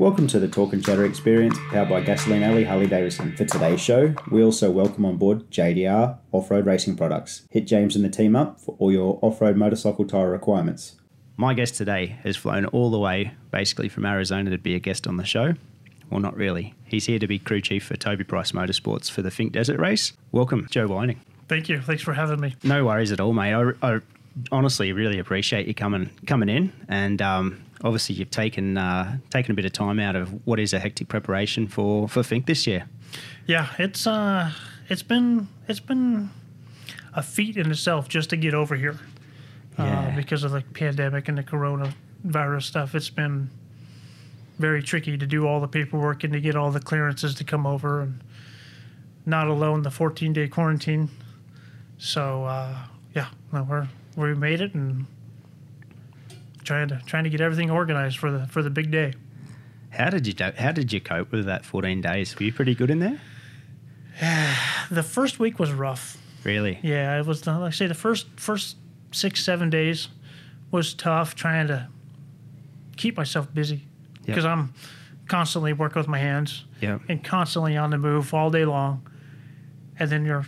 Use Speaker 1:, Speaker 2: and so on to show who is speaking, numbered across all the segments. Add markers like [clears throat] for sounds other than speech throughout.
Speaker 1: Welcome to the Talk and Chatter Experience, powered by Gasoline Alley Harley Davidson. For today's show, we also welcome on board JDR Off Road Racing Products. Hit James and the team up for all your off road motorcycle tyre requirements. My guest today has flown all the way, basically from Arizona, to be a guest on the show. Well, not really. He's here to be crew chief for Toby Price Motorsports for the Fink Desert Race. Welcome, Joe Whining.
Speaker 2: Thank you. Thanks for having me.
Speaker 1: No worries at all, mate. I, I honestly really appreciate you coming coming in, and um, obviously you've taken uh, taken a bit of time out of what is a hectic preparation for for Fink this year.
Speaker 2: Yeah, it's uh, it's been it's been a feat in itself just to get over here
Speaker 1: Yeah.
Speaker 2: uh, because of the pandemic and the coronavirus stuff. It's been very tricky to do all the paperwork and to get all the clearances to come over, and not alone the 14 day quarantine. So uh, yeah, no, we're we made it and trying to trying to get everything organized for the for the big day.
Speaker 1: How did you do, how did you cope with that fourteen days? Were you pretty good in there?
Speaker 2: The first week was rough.
Speaker 1: Really?
Speaker 2: Yeah, it was the, like I say the first first six seven days was tough trying to keep myself busy
Speaker 1: Yep.
Speaker 2: because I'm constantly working with my hands
Speaker 1: Yep.
Speaker 2: and constantly on the move all day long, and then you're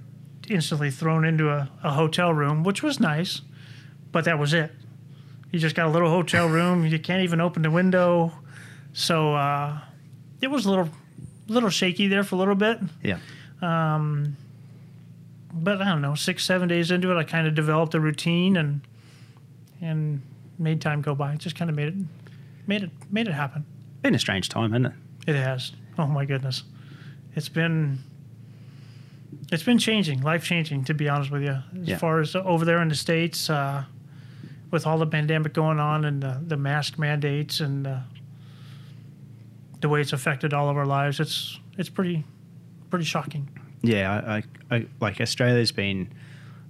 Speaker 2: instantly thrown into a, a hotel room, which was nice, but that was it. You just got a little hotel room. You can't even open the window, so uh, it was a little little shaky there for a little bit
Speaker 1: Yeah.
Speaker 2: but I don't know, six, seven days into it, I kind of developed a routine and and made time go by. Just kind of made it, made it, made it happen.
Speaker 1: Been a strange time, hasn't it?
Speaker 2: It has. Oh my goodness, it's been it's been changing, life changing. To be honest with you, as
Speaker 1: Yeah.
Speaker 2: far as over there in the states, uh, with all the pandemic going on and the, the mask mandates and uh, the way it's affected all of our lives, it's it's pretty pretty shocking.
Speaker 1: Yeah. I, I, I like Australia's been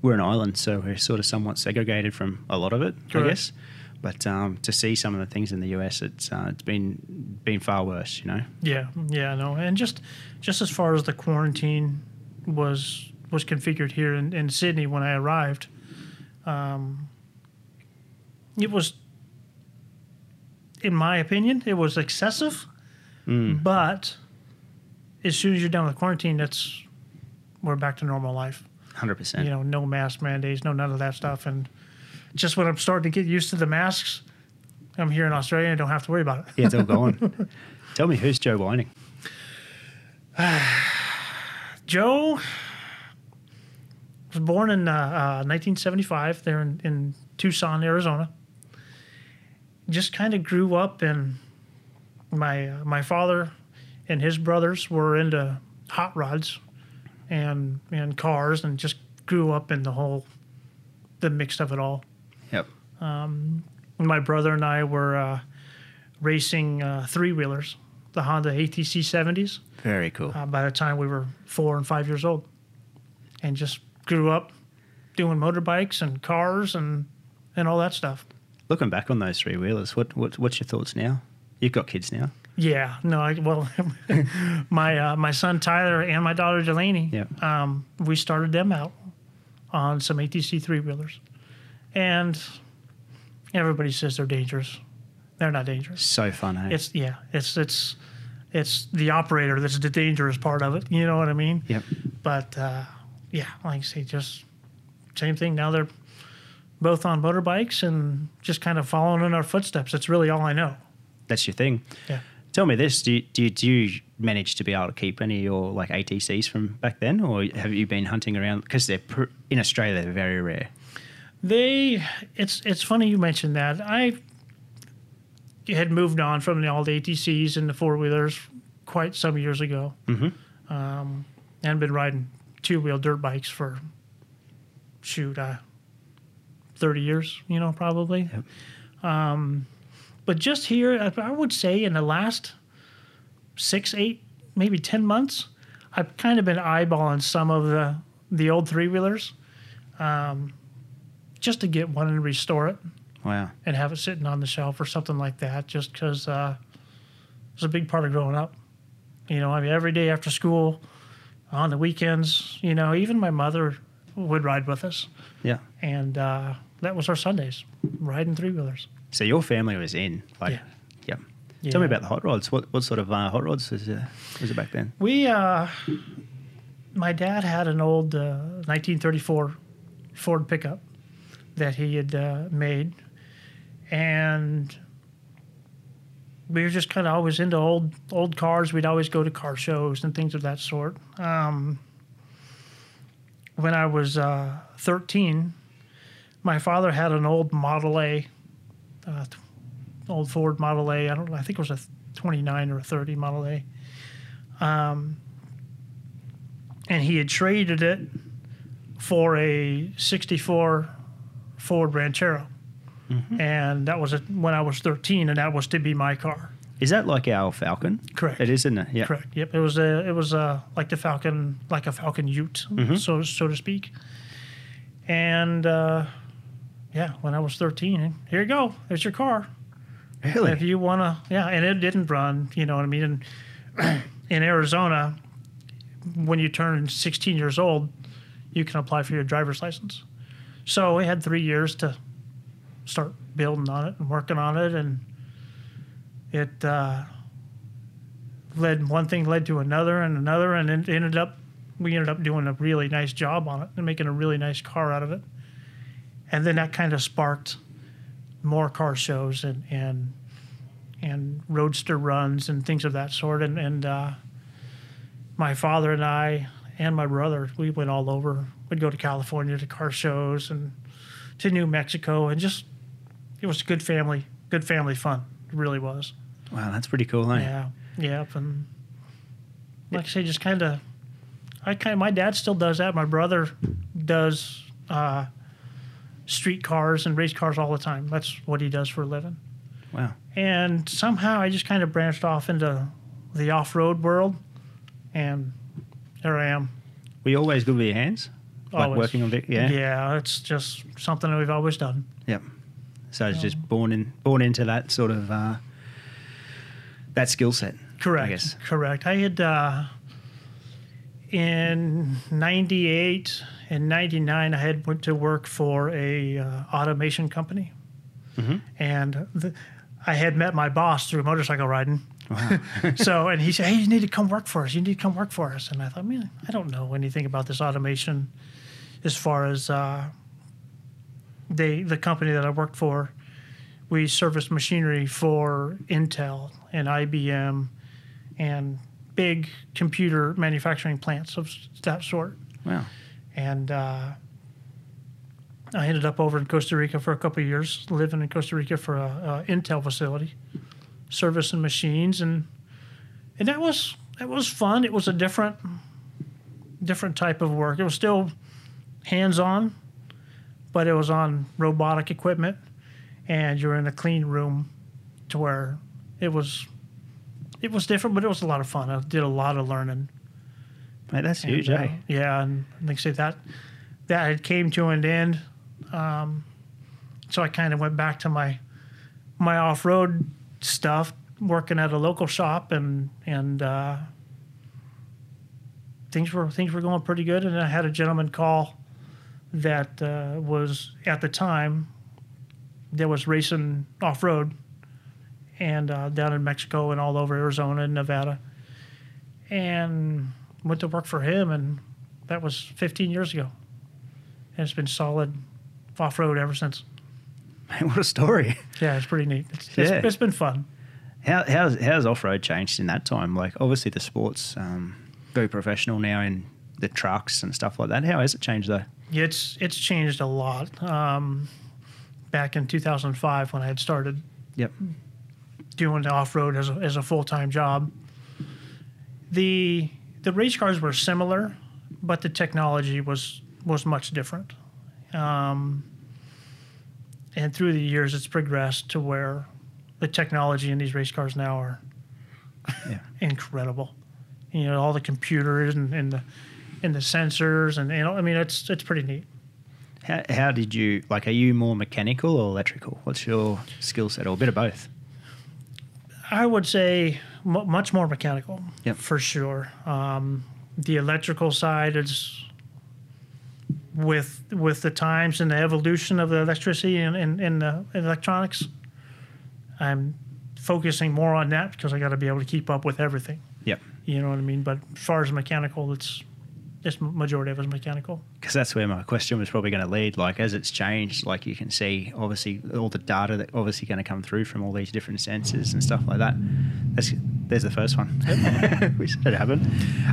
Speaker 1: we're an island, so we're sort of somewhat segregated from a lot of it, I
Speaker 2: Correct.
Speaker 1: guess. But um, to see some of the things in the US, it's uh, it's been been far worse, you know.
Speaker 2: Yeah, yeah, no, and just just as far as the quarantine was was configured here in, in Sydney when I arrived, um, it was, in my opinion, it was excessive. But as soon as you're done with quarantine, that's we're back to normal life.
Speaker 1: Hundred
Speaker 2: You
Speaker 1: percent.
Speaker 2: know, no mask mandates, no none of that stuff, and just when I'm starting to get used to the masks, I'm here in Australia and don't have to worry about it.
Speaker 1: Yeah, it's all
Speaker 2: [laughs]
Speaker 1: gone. Tell me, who's Joe Whining?
Speaker 2: Joe was born in uh, uh, 1975 there in, in Tucson, Arizona. Just kind of grew up, and my uh, my father and his brothers were into hot rods and and cars, and just grew up in the whole the mix of it all.
Speaker 1: Yep.
Speaker 2: My brother and I were uh, racing uh, three wheelers, the Honda ATC 70s
Speaker 1: Very cool.
Speaker 2: uh, by the time we were four and five years old, and just grew up doing motorbikes and cars and and all that stuff.
Speaker 1: Looking back on those three wheelers, what, what what's your thoughts now? You've got kids now.
Speaker 2: Yeah, no, I, well, [laughs] my uh, my son Tyler and my daughter Delaney,
Speaker 1: Yeah.
Speaker 2: um, we started them out on some ATC three wheelers, and everybody says they're dangerous. They're not dangerous.
Speaker 1: So fun, eh?
Speaker 2: It's yeah, it's it's it's the operator that's the dangerous part of it. You know what I mean?
Speaker 1: yep.
Speaker 2: But uh, yeah, like I say, just same thing. Now they're both on motorbikes and just kind of following in our footsteps. That's really all I know.
Speaker 1: That's your thing.
Speaker 2: Yeah.
Speaker 1: Tell me this: do you, do you, do you manage to be able to keep any of your like ATCs from back then, or have you been hunting around? Because they're pr- in Australia, they're very rare.
Speaker 2: They, it's it's funny you mentioned that. I had moved on from the all the ATCs and the four wheelers quite some years ago, mm-hmm. um, and been riding two wheel dirt bikes for shoot, uh, thirty years, you know, probably. Um, but just here, I- I would say in the last six, eight, maybe ten months, I've kind of been eyeballing some of the the old three wheelers just to get one and restore it
Speaker 1: Wow.
Speaker 2: and have it sitting on the shelf or something like that, just because uh, it's a big part of growing up. You know, I mean, every day after school, on the weekends, you know, even my mother would ride with us,
Speaker 1: Yeah.
Speaker 2: and uh, that was our Sundays, riding three wheelers.
Speaker 1: So your family was in, like,
Speaker 2: Yeah.
Speaker 1: yep.
Speaker 2: Yeah.
Speaker 1: Tell me about the hot rods. What what sort of uh, hot rods is it, was it back then?
Speaker 2: We, uh, my dad had an old uh, 1934 Ford pickup that he had uh, made, and we were just kind of always into old old cars. We'd always go to car shows and things of that sort. Um, when I was uh, 13, my father had an old Model A, uh, t- old Ford Model A. I don't. I think it was a 29 or a 30 Model A. and he had traded it for a 64 Ford Ranchero. And that was a, when I was 13, and that was to be my car.
Speaker 1: Is that like our Falcon?
Speaker 2: Correct.
Speaker 1: It is, isn't it? Yeah.
Speaker 2: Correct. Yep. It was a it was a like the Falcon like a Falcon Ute, so so to speak. And uh, yeah, when I was 13, here you go. There's your car.
Speaker 1: Really?
Speaker 2: If you want to, yeah, and it didn't run. You know what I mean? And [clears throat] in Arizona, when you turn 16 years old, you can apply for your driver's license. So we had three years to start building on it and working on it, and it uh, led one thing led to another and another, and it ended up we ended up doing a really nice job on it and making a really nice car out of it. And then that kind of sparked more car shows and and and roadster runs and things of that sort. And and uh, my father and I and my brother we went all over. We'd go to California to car shows and to New Mexico and just it was good family, good family fun. It really was.
Speaker 1: Wow, that's pretty cool, eh?
Speaker 2: Yeah, yep, and like I say, just kind of, I kind of, my dad still does that. My brother does uh, street cars and race cars all the time. That's what he does for a living.
Speaker 1: Wow.
Speaker 2: And somehow I just kind of branched off into the off-road world, and there I am.
Speaker 1: Were you always good with your hands? Like
Speaker 2: Always.
Speaker 1: working on it? Yeah.
Speaker 2: yeah, it's just something that we've always done.
Speaker 1: Yep. So
Speaker 2: Oh.
Speaker 1: it's just born in born into that sort of uh, that skill set.
Speaker 2: Correct.
Speaker 1: I guess.
Speaker 2: Correct. I had uh, in '98 and '99. I had went to work for a uh, automation company,
Speaker 1: Mm-hmm.
Speaker 2: and the, I had met my boss through motorcycle riding. [laughs] so and he said, "Hey, you need to come work for us. You need to come work for us." And I thought, man, I don't know anything about this automation, as far as uh, they the company that I worked for. We serviced machinery for Intel and IBM and big computer manufacturing plants of s- that sort.
Speaker 1: Wow.
Speaker 2: And uh, I ended up over in Costa Rica for a couple of years, living in Costa Rica for a, a Intel facility, servicing machines, and and that was that was fun. It was a different different type of work. It was still hands on, but it was on robotic equipment, and you're in a clean room, to where it was it was different, but it was a lot of fun. I did a lot of learning.
Speaker 1: Mate, that's
Speaker 2: And,
Speaker 1: huge,
Speaker 2: uh,
Speaker 1: eh?
Speaker 2: Yeah, and like I said, that that had came to an end. Um, so I kind of went back to my my off road stuff, working at a local shop, and and uh, things were things were going pretty good. And I had a gentleman call that uh, was at the time that was racing off road and uh, down in Mexico and all over Arizona and Nevada, and went to work for him, and that was 15 years ago. And it's been solid off road ever since.
Speaker 1: [laughs] Mate, what a story.
Speaker 2: Yeah, it's pretty neat. It's, it's,
Speaker 1: Yeah.
Speaker 2: it's been fun.
Speaker 1: How, how's how's off road changed in that time? Like obviously the sports um, very professional now in the trucks and stuff like that. How has it changed though?
Speaker 2: It's it's changed a lot. Um, back in 2005, when I had started
Speaker 1: Yep.
Speaker 2: doing the off road as a, as a full time job, the the race cars were similar, but the technology was was much different. Um, and through the years, it's progressed to where the technology in these race cars now are
Speaker 1: Yeah.
Speaker 2: [laughs] incredible. You know, all the computers and, and the and the sensors and you know, I mean, it's it's pretty neat.
Speaker 1: How, how did you like? Are you more mechanical or electrical? What's your skill set or a bit of both?
Speaker 2: I would say mu much more mechanical,
Speaker 1: Yep.
Speaker 2: for sure. Um, the electrical side is with with the times and the evolution of the electricity and, and, and the electronics. I'm focusing more on that because I got to be able to keep up with everything.
Speaker 1: Yep.
Speaker 2: You know what I mean? But as far as mechanical, it's it's majority of it is mechanical.
Speaker 1: because that's where my question was probably going to lead. Like as it's changed, like you can see obviously all the data that obviously going to come through from all these different sensors and stuff like that. That's there's the first one, [laughs] which had happened.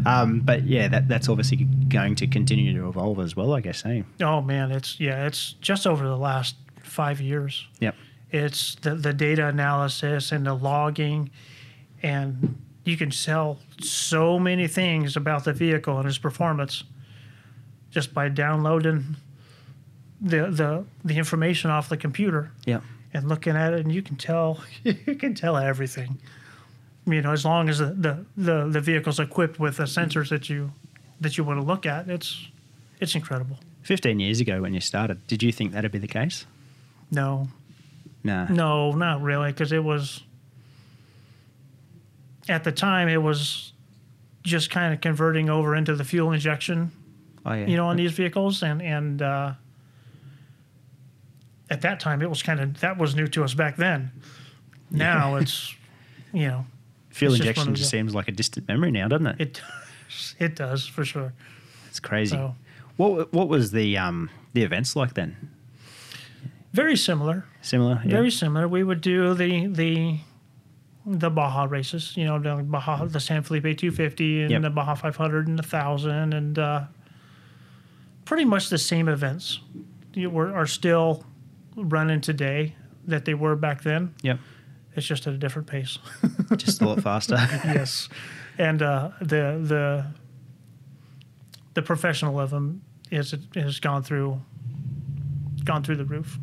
Speaker 1: Um, but yeah, that, that's obviously going to continue to evolve as well. I guess. Eh?
Speaker 2: Oh man, it's yeah, it's just over the last five years.
Speaker 1: Yep.
Speaker 2: It's the the data analysis and the logging, and you can sell so many things about the vehicle and its performance just by downloading the the the information off the computer
Speaker 1: Yep.
Speaker 2: and looking at it, and you can tell [laughs] you can tell everything. You know, as long as the the the, the vehicle's equipped with the sensors that you that you want to look at, it's it's incredible.
Speaker 1: Fifteen years ago when you started, did you think that'd be the case?
Speaker 2: No,
Speaker 1: No.
Speaker 2: No, not really, because it was at the time it was just kind of converting over into the fuel injection,
Speaker 1: Oh, yeah.
Speaker 2: you know, on these vehicles, and and uh, at that time it was kind of that was new to us back then. Now it's you know
Speaker 1: fuel
Speaker 2: it's just one
Speaker 1: injection
Speaker 2: of
Speaker 1: just
Speaker 2: the-
Speaker 1: seems like a distant memory now, doesn't it?
Speaker 2: it it does for sure.
Speaker 1: It's crazy.
Speaker 2: So.
Speaker 1: What What was the um the events like then?
Speaker 2: Very similar.
Speaker 1: Similar. Yeah.
Speaker 2: very similar. We would do the the the Baja races, you know, the Baja, the San Felipe 250 and
Speaker 1: Mm-hmm. Yep.
Speaker 2: the Baja 500 and the 1000 and uh, pretty much the same events you were, are still running today that they were back then.
Speaker 1: Yep.
Speaker 2: It's just at a different pace.
Speaker 1: Just a lot
Speaker 2: [laughs]
Speaker 1: faster.
Speaker 2: yes. And uh, the the the professional of them is has gone through gone through the roof.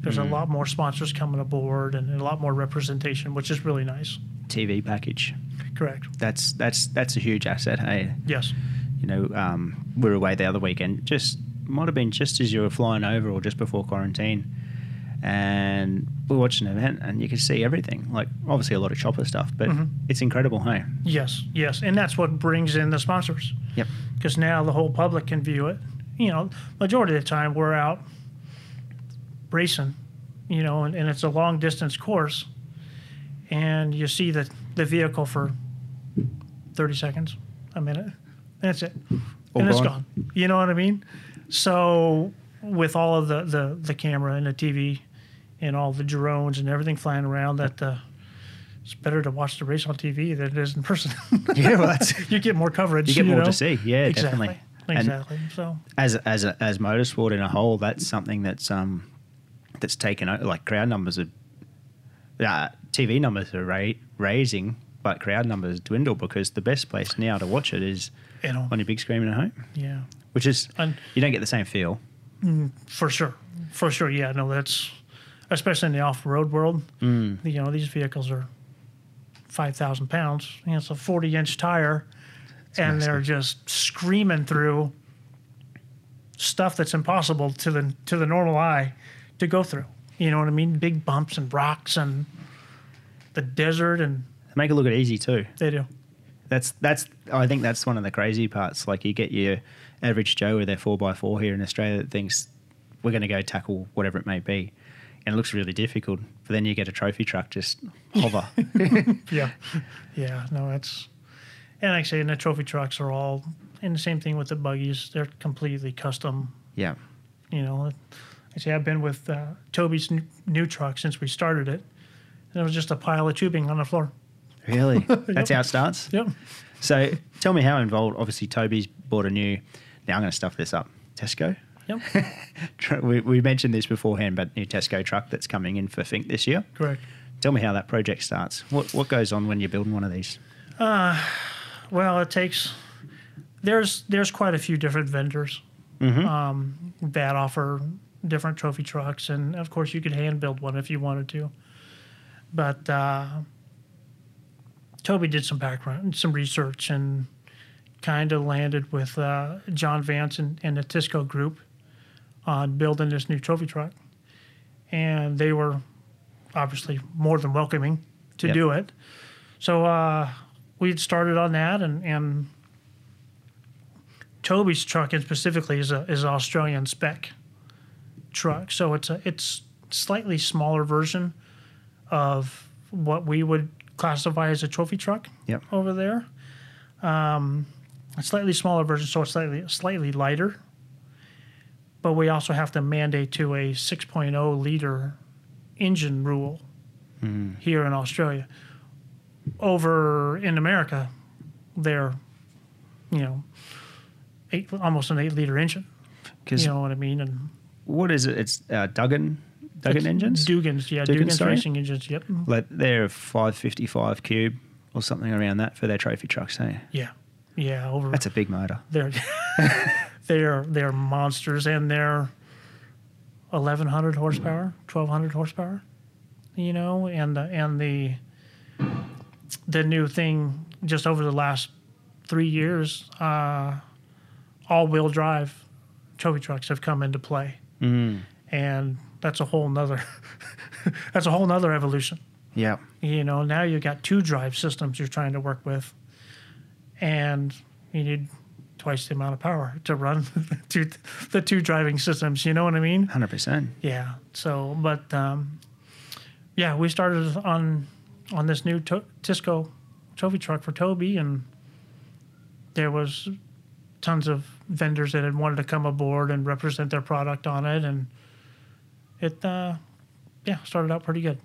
Speaker 2: There's a lot more sponsors coming aboard and a lot more representation, which is really nice.
Speaker 1: TV package.
Speaker 2: Correct.
Speaker 1: That's that's that's a huge asset. Hey,
Speaker 2: Yes.
Speaker 1: you know, um, we were away the other weekend. Just might have been just as you were flying over, or just before quarantine, and we watched an event, and you could see everything. Like obviously a lot of chopper stuff, but it's incredible. Hey,
Speaker 2: Yes. Yes. And that's what brings in the sponsors.
Speaker 1: yep,
Speaker 2: because now the whole public can view it. You know, majority of the time we're out racing, you know, and, and it's a long distance course, and you see the, the vehicle for 30 seconds, a minute, that's it.
Speaker 1: All
Speaker 2: and it's
Speaker 1: Oh, gone.
Speaker 2: gone. You know what I mean? So, with all of the, the, the camera and the TV and all the drones and everything flying around, that uh, it's better to watch the race on TV than it is in person. [laughs]
Speaker 1: [laughs] yeah, well, that's,
Speaker 2: you get more coverage.
Speaker 1: you get more
Speaker 2: know?
Speaker 1: to see. Yeah,
Speaker 2: exactly.
Speaker 1: definitely. And
Speaker 2: Exactly. so
Speaker 1: as as as motorsport in a whole, that's something that's um that's taken over. Like crowd numbers are, uh, TV numbers are ra- raising, but crowd numbers dwindle because the best place now to watch it is
Speaker 2: you know,
Speaker 1: on your big screen at home,
Speaker 2: yeah,
Speaker 1: which is
Speaker 2: And-
Speaker 1: you don't get the same feel.
Speaker 2: for sure, for sure. Yeah, no, that's especially in the off-road world. Mm. You know, these vehicles are five thousand pounds. You know, it's a forty-inch tire, and they're just screaming through stuff that's impossible to the to the normal eye to go through. You know what I mean? Big bumps and rocks and the desert, and
Speaker 1: They make it look at easy too.
Speaker 2: they do.
Speaker 1: That's that's I think that's one of the crazy parts. Like you get your average Joe with their four x four here in Australia that thinks we're going to go tackle whatever it may be, and it looks really difficult. But then you get a trophy truck just hover.
Speaker 2: Yeah. Yeah. No, it's and like I say, and the trophy trucks are all and the same thing with the buggies. They're completely custom.
Speaker 1: yeah,
Speaker 2: You know, like I say I've been with uh, Toby's n- new truck since we started it. And it was just a pile of tubing on the floor.
Speaker 1: really. That's how it starts.
Speaker 2: Yep.
Speaker 1: So tell me how involved. Obviously, Toby's bought a new. Now I'm going to stuff this up. Tesco.
Speaker 2: Yep.
Speaker 1: Tr- We, we mentioned this beforehand, but new Tesco truck that's coming in for Fink this year.
Speaker 2: Correct.
Speaker 1: Tell me how that project starts. What what goes on when you're building one of these?
Speaker 2: Well, it takes. There's there's quite a few different vendors um, that offer different trophy trucks, and of course you could hand build one if you wanted to. But uh, Toby did some background, some research, and kind of landed with uh, John Vance and, and the Tisco Group on building this new trophy truck, and they were obviously more than welcoming to
Speaker 1: Yep.
Speaker 2: do it. So uh, we had started on that, and, and Toby's truck, and specifically, is a is an Australian spec truck. So it's a it's slightly smaller version of what we would classify as a trophy truck
Speaker 1: Yep.
Speaker 2: over there. Um, a slightly smaller version, so it's slightly slightly lighter. But we also have to mandate to a 6.0 liter engine rule
Speaker 1: Hmm.
Speaker 2: here in Australia. Over in America, they're, you know, eight, almost an eight liter engine.
Speaker 1: Because
Speaker 2: you know what I mean? And
Speaker 1: what is it? It's uh, Duggan Duggan
Speaker 2: it's
Speaker 1: engines.
Speaker 2: Dugan's, yeah,
Speaker 1: Dugan,
Speaker 2: Dugan's,
Speaker 1: sorry.
Speaker 2: racing engines. Yep.
Speaker 1: like they're 555 cube or something around that for their trophy trucks. Hey,
Speaker 2: Yeah, yeah. Over
Speaker 1: that's a big motor.
Speaker 2: they're [laughs] they're they're monsters, and they're eleven hundred horsepower, twelve hundred horsepower. You know, and the, and the the new thing just over the last three years, uh, all wheel drive trophy trucks have come into play, and that's a whole nother [laughs] that's a whole nother evolution.
Speaker 1: Yeah,
Speaker 2: you know now you've got two drive systems you're trying to work with and you need twice the amount of power to run [laughs] the two, the two driving systems you know what i mean
Speaker 1: hundred percent.
Speaker 2: yeah so but um, yeah we started on on this new to- tisco trophy truck for toby and there was tons of vendors that had wanted to come aboard and represent their product on it and it uh, yeah started out pretty good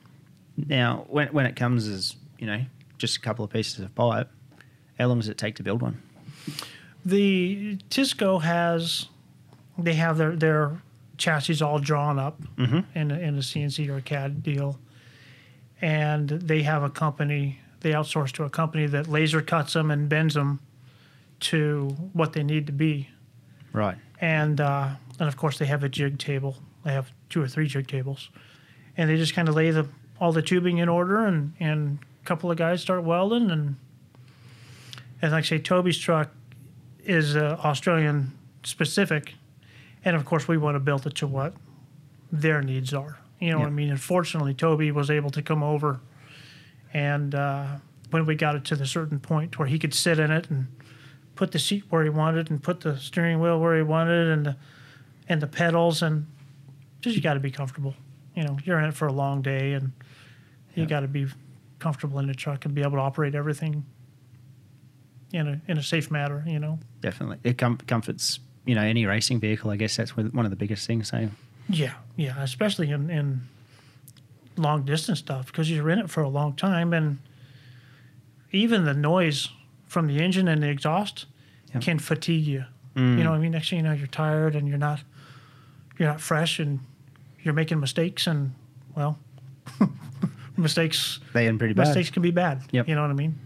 Speaker 1: Now, when when it comes as you know, just a couple of pieces of pipe, how long does it take to build one?
Speaker 2: the Tisco has they have their their chassis all drawn up in a, in a CNC or a CAD deal, and they have a company they outsource to a company that laser cuts them and bends them to what they need to be,
Speaker 1: Right.
Speaker 2: and uh, and of course they have a jig table. They have two or three jig tables, and they just kind of lay the all the tubing in order, and and a couple of guys start welding, and and like I say, Toby's truck is uh, Australian specific, and of course we want to build it to what their needs are. You know what I
Speaker 1: Yeah.
Speaker 2: mean? And fortunately, Toby was able to come over, and uh, when we got it to the certain point where he could sit in it and put the seat where he wanted, and put the steering wheel where he wanted, and the and the pedals, and just you got to be comfortable. You know, you're in it for a long day, and you got to be comfortable in the truck and be able to operate everything in a in a safe manner. You know.
Speaker 1: Definitely, it com- comforts you know any racing vehicle. I guess that's one one of the biggest things. So
Speaker 2: Yeah, yeah, especially in, in long distance stuff because you're in it for a long time, and even the noise from the engine and the exhaust
Speaker 1: Yeah. Mm.
Speaker 2: can fatigue you. You know, what I mean, next thing you know, you're tired and you're not you're not fresh, and you're making mistakes, and well, [laughs] mistakes
Speaker 1: they end pretty bad.
Speaker 2: mistakes can be bad.
Speaker 1: Yep.
Speaker 2: You know what I mean?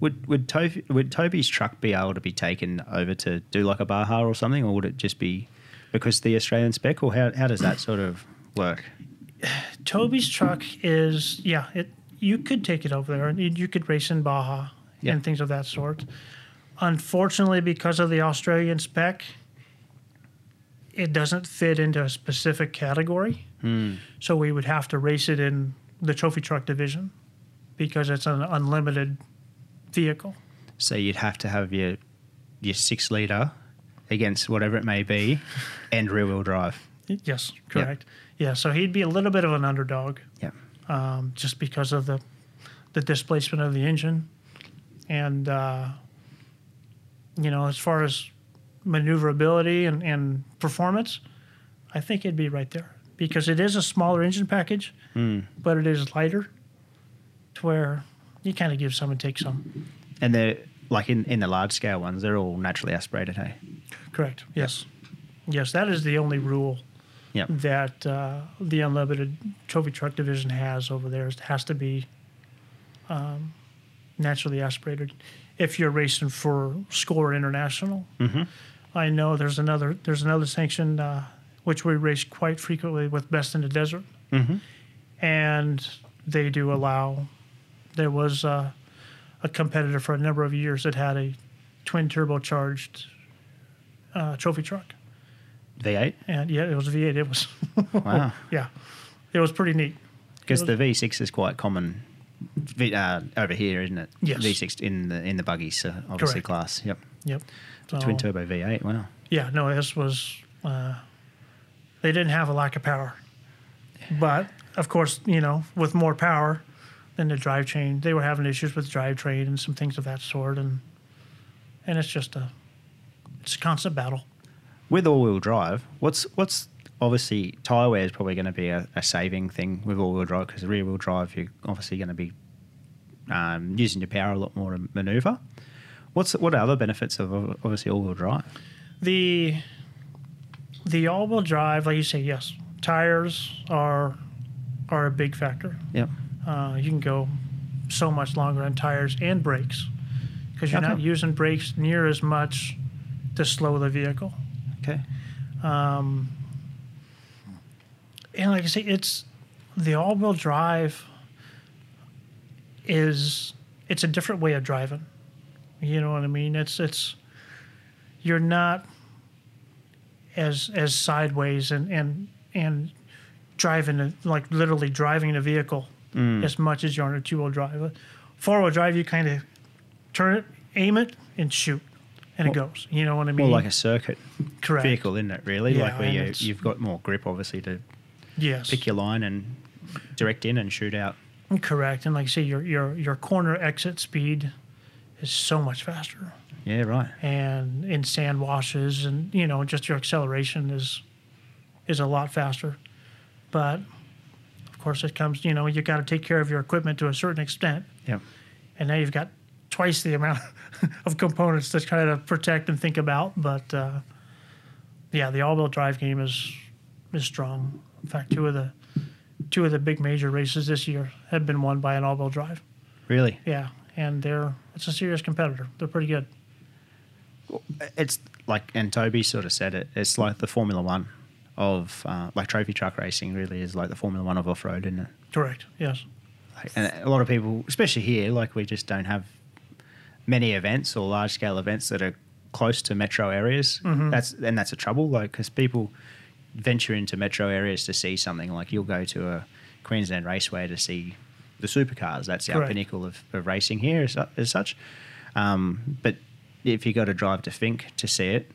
Speaker 1: Would would Toby, would Toby's truck be able to be taken over to do like a Baja or something, or would it just be because the Australian spec, or how how does that sort of work?
Speaker 2: Toby's truck is yeah. It you could take it over there and you- you could race in Baja
Speaker 1: Yeah.
Speaker 2: and things of that sort. Unfortunately, because of the Australian spec, it doesn't fit into a specific category. So we would have to race it in the trophy truck division because it's an unlimited vehicle.
Speaker 1: So you'd have to have your your six liter against whatever it may be, and rear wheel drive.
Speaker 2: Yes, correct. Yeah, so he'd be a little bit of an underdog.
Speaker 1: Yeah,
Speaker 2: um, just because of the the displacement of the engine, and uh, you know, as far as maneuverability and, and performance, I think it'd be right there because it is a smaller engine package, but it is lighter, to where you kind of give some and take some.
Speaker 1: and they're like in, in the large scale ones, they're all naturally aspirated. Hey,
Speaker 2: Correct. Yes. Yes, that is the only rule
Speaker 1: yeah,
Speaker 2: that uh, the unlimited trophy truck division has over there. It has to be um, naturally aspirated if you're racing for Score International. I know there's another there's another sanction uh, which we race quite frequently with Best in the Desert, and they do allow. There was uh, a competitor for a number of years that had a twin turbocharged uh, trophy truck,
Speaker 1: V eight.
Speaker 2: and yeah, it was a V8. It was [laughs]
Speaker 1: Wow,
Speaker 2: yeah, it was pretty neat.
Speaker 1: because the V six is quite common. V, uh, over here, isn't it?
Speaker 2: Yes.
Speaker 1: V six in the in the buggies, so obviously
Speaker 2: Correct. Oh.
Speaker 1: class. Yep,
Speaker 2: Yep. So,
Speaker 1: twin turbo V eight. Wow.
Speaker 2: Yeah, no, this was. Uh, they didn't have a lack of power, but of course, you know, with more power, and the drive chain. They were having issues with drivetrain and some things of that sort, and and it's just a it's a constant battle.
Speaker 1: with all-wheel drive, what's what's obviously tire wear is probably going to be a, a saving thing with all-wheel drive because rear-wheel drive you're obviously going to be um, using your power a lot more to maneuver. What's what are other benefits of ob- obviously all-wheel drive?
Speaker 2: the the all-wheel drive, like you say, yes, tires are are a big factor.
Speaker 1: Yep.
Speaker 2: Uh, you can go so much longer on tires and brakes because you're not
Speaker 1: Okay.
Speaker 2: using brakes near as much to slow the vehicle.
Speaker 1: Okay.
Speaker 2: Um, and like I say, it's the all-wheel drive is it's a different way of driving. You know what I mean? It's it's you're not as as sideways and and and driving a- like literally driving a vehicle
Speaker 1: Mm.
Speaker 2: as much as you're on a two-wheel drive. Four-wheel drive, you kind of turn it, aim it, and shoot, and it goes. You know what I
Speaker 1: More
Speaker 2: mean?
Speaker 1: like a circuit
Speaker 2: Correct.
Speaker 1: vehicle, isn't it? Really,
Speaker 2: Yeah,
Speaker 1: like where
Speaker 2: and
Speaker 1: you,
Speaker 2: it's-
Speaker 1: you've got more grip, obviously, to
Speaker 2: Yes.
Speaker 1: pick your line and direct in and shoot out.
Speaker 2: Correct, and like I say, your your your corner exit speed is so much faster,
Speaker 1: Yeah, right.
Speaker 2: and in sand washes, and you know, just your acceleration is is a lot faster. But of course, it comes, you know, you got to take care of your equipment to a certain extent,
Speaker 1: Yep.
Speaker 2: and now you've got twice the amount [laughs] of components to try to protect and think about. But uh, yeah, the all-wheel drive game is is strong. In fact, two of the two of the big major races this year have been won by an all-wheel drive.
Speaker 1: Really.
Speaker 2: Yeah, and they're it's a serious competitor. They're pretty good.
Speaker 1: it's like, and Toby sort of said it. It's like the Formula One of uh, like trophy truck racing. Really is like the Formula One of off road, isn't it?
Speaker 2: Correct. Yes.
Speaker 1: Like, and a lot of people, especially here, like we just don't have many events or large scale events that are close to metro areas. That's and that's a trouble, like because people venture into metro areas to see something. Like you'll go to a Queensland Raceway to see the supercars. That's our
Speaker 2: Correct.
Speaker 1: pinnacle of, of racing here, as, su- as such. Um, but if you got to drive to Fink to see it,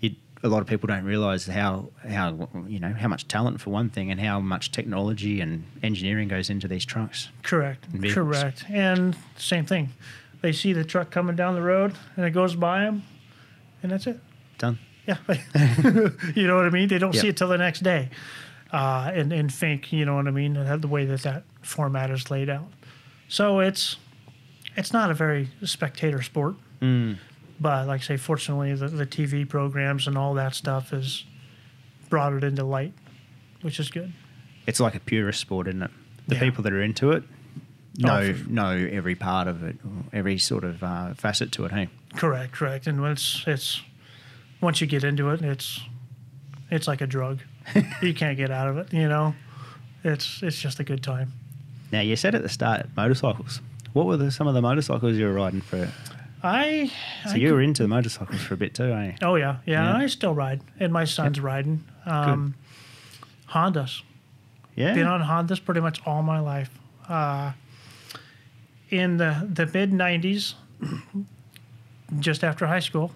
Speaker 1: you, a lot of people don't realize how how you know how much talent for one thing, and how much technology and engineering goes into these trucks.
Speaker 2: Correct.
Speaker 1: Vehicles.
Speaker 2: Correct. And same thing. They see the truck coming down the road and it goes by them, and that's it.
Speaker 1: Done.
Speaker 2: Yeah. [laughs] you know what I mean? They don't see
Speaker 1: Yeah.
Speaker 2: it till the next day. Uh, and, and think, you know what I mean? And the way that that format is laid out. So it's it's not a very spectator sport. Mm. But like I say, fortunately, the, the TV programs and all that stuff has brought it into light, which is good.
Speaker 1: It's like a purist sport, isn't it? The
Speaker 2: Yeah.
Speaker 1: people that are into it know
Speaker 2: for-
Speaker 1: know every part of it, or every sort of uh, facet to it. Hey,
Speaker 2: Correct, correct. And once it's once you get into it, it's it's like a [laughs] drug. you can't get out of it. You know, it's it's just a good time.
Speaker 1: now you said at the start motorcycles. What were the, some of the motorcycles you were riding for?
Speaker 2: I,
Speaker 1: So
Speaker 2: I
Speaker 1: you were into the motorcycles for a bit too, eh?
Speaker 2: oh yeah, yeah.
Speaker 1: Yeah.
Speaker 2: I still ride, and my son's riding. Um, Hondas.
Speaker 1: Yeah.
Speaker 2: Been on Hondas pretty much all my life. Uh, in the the mid '90s, just after high school,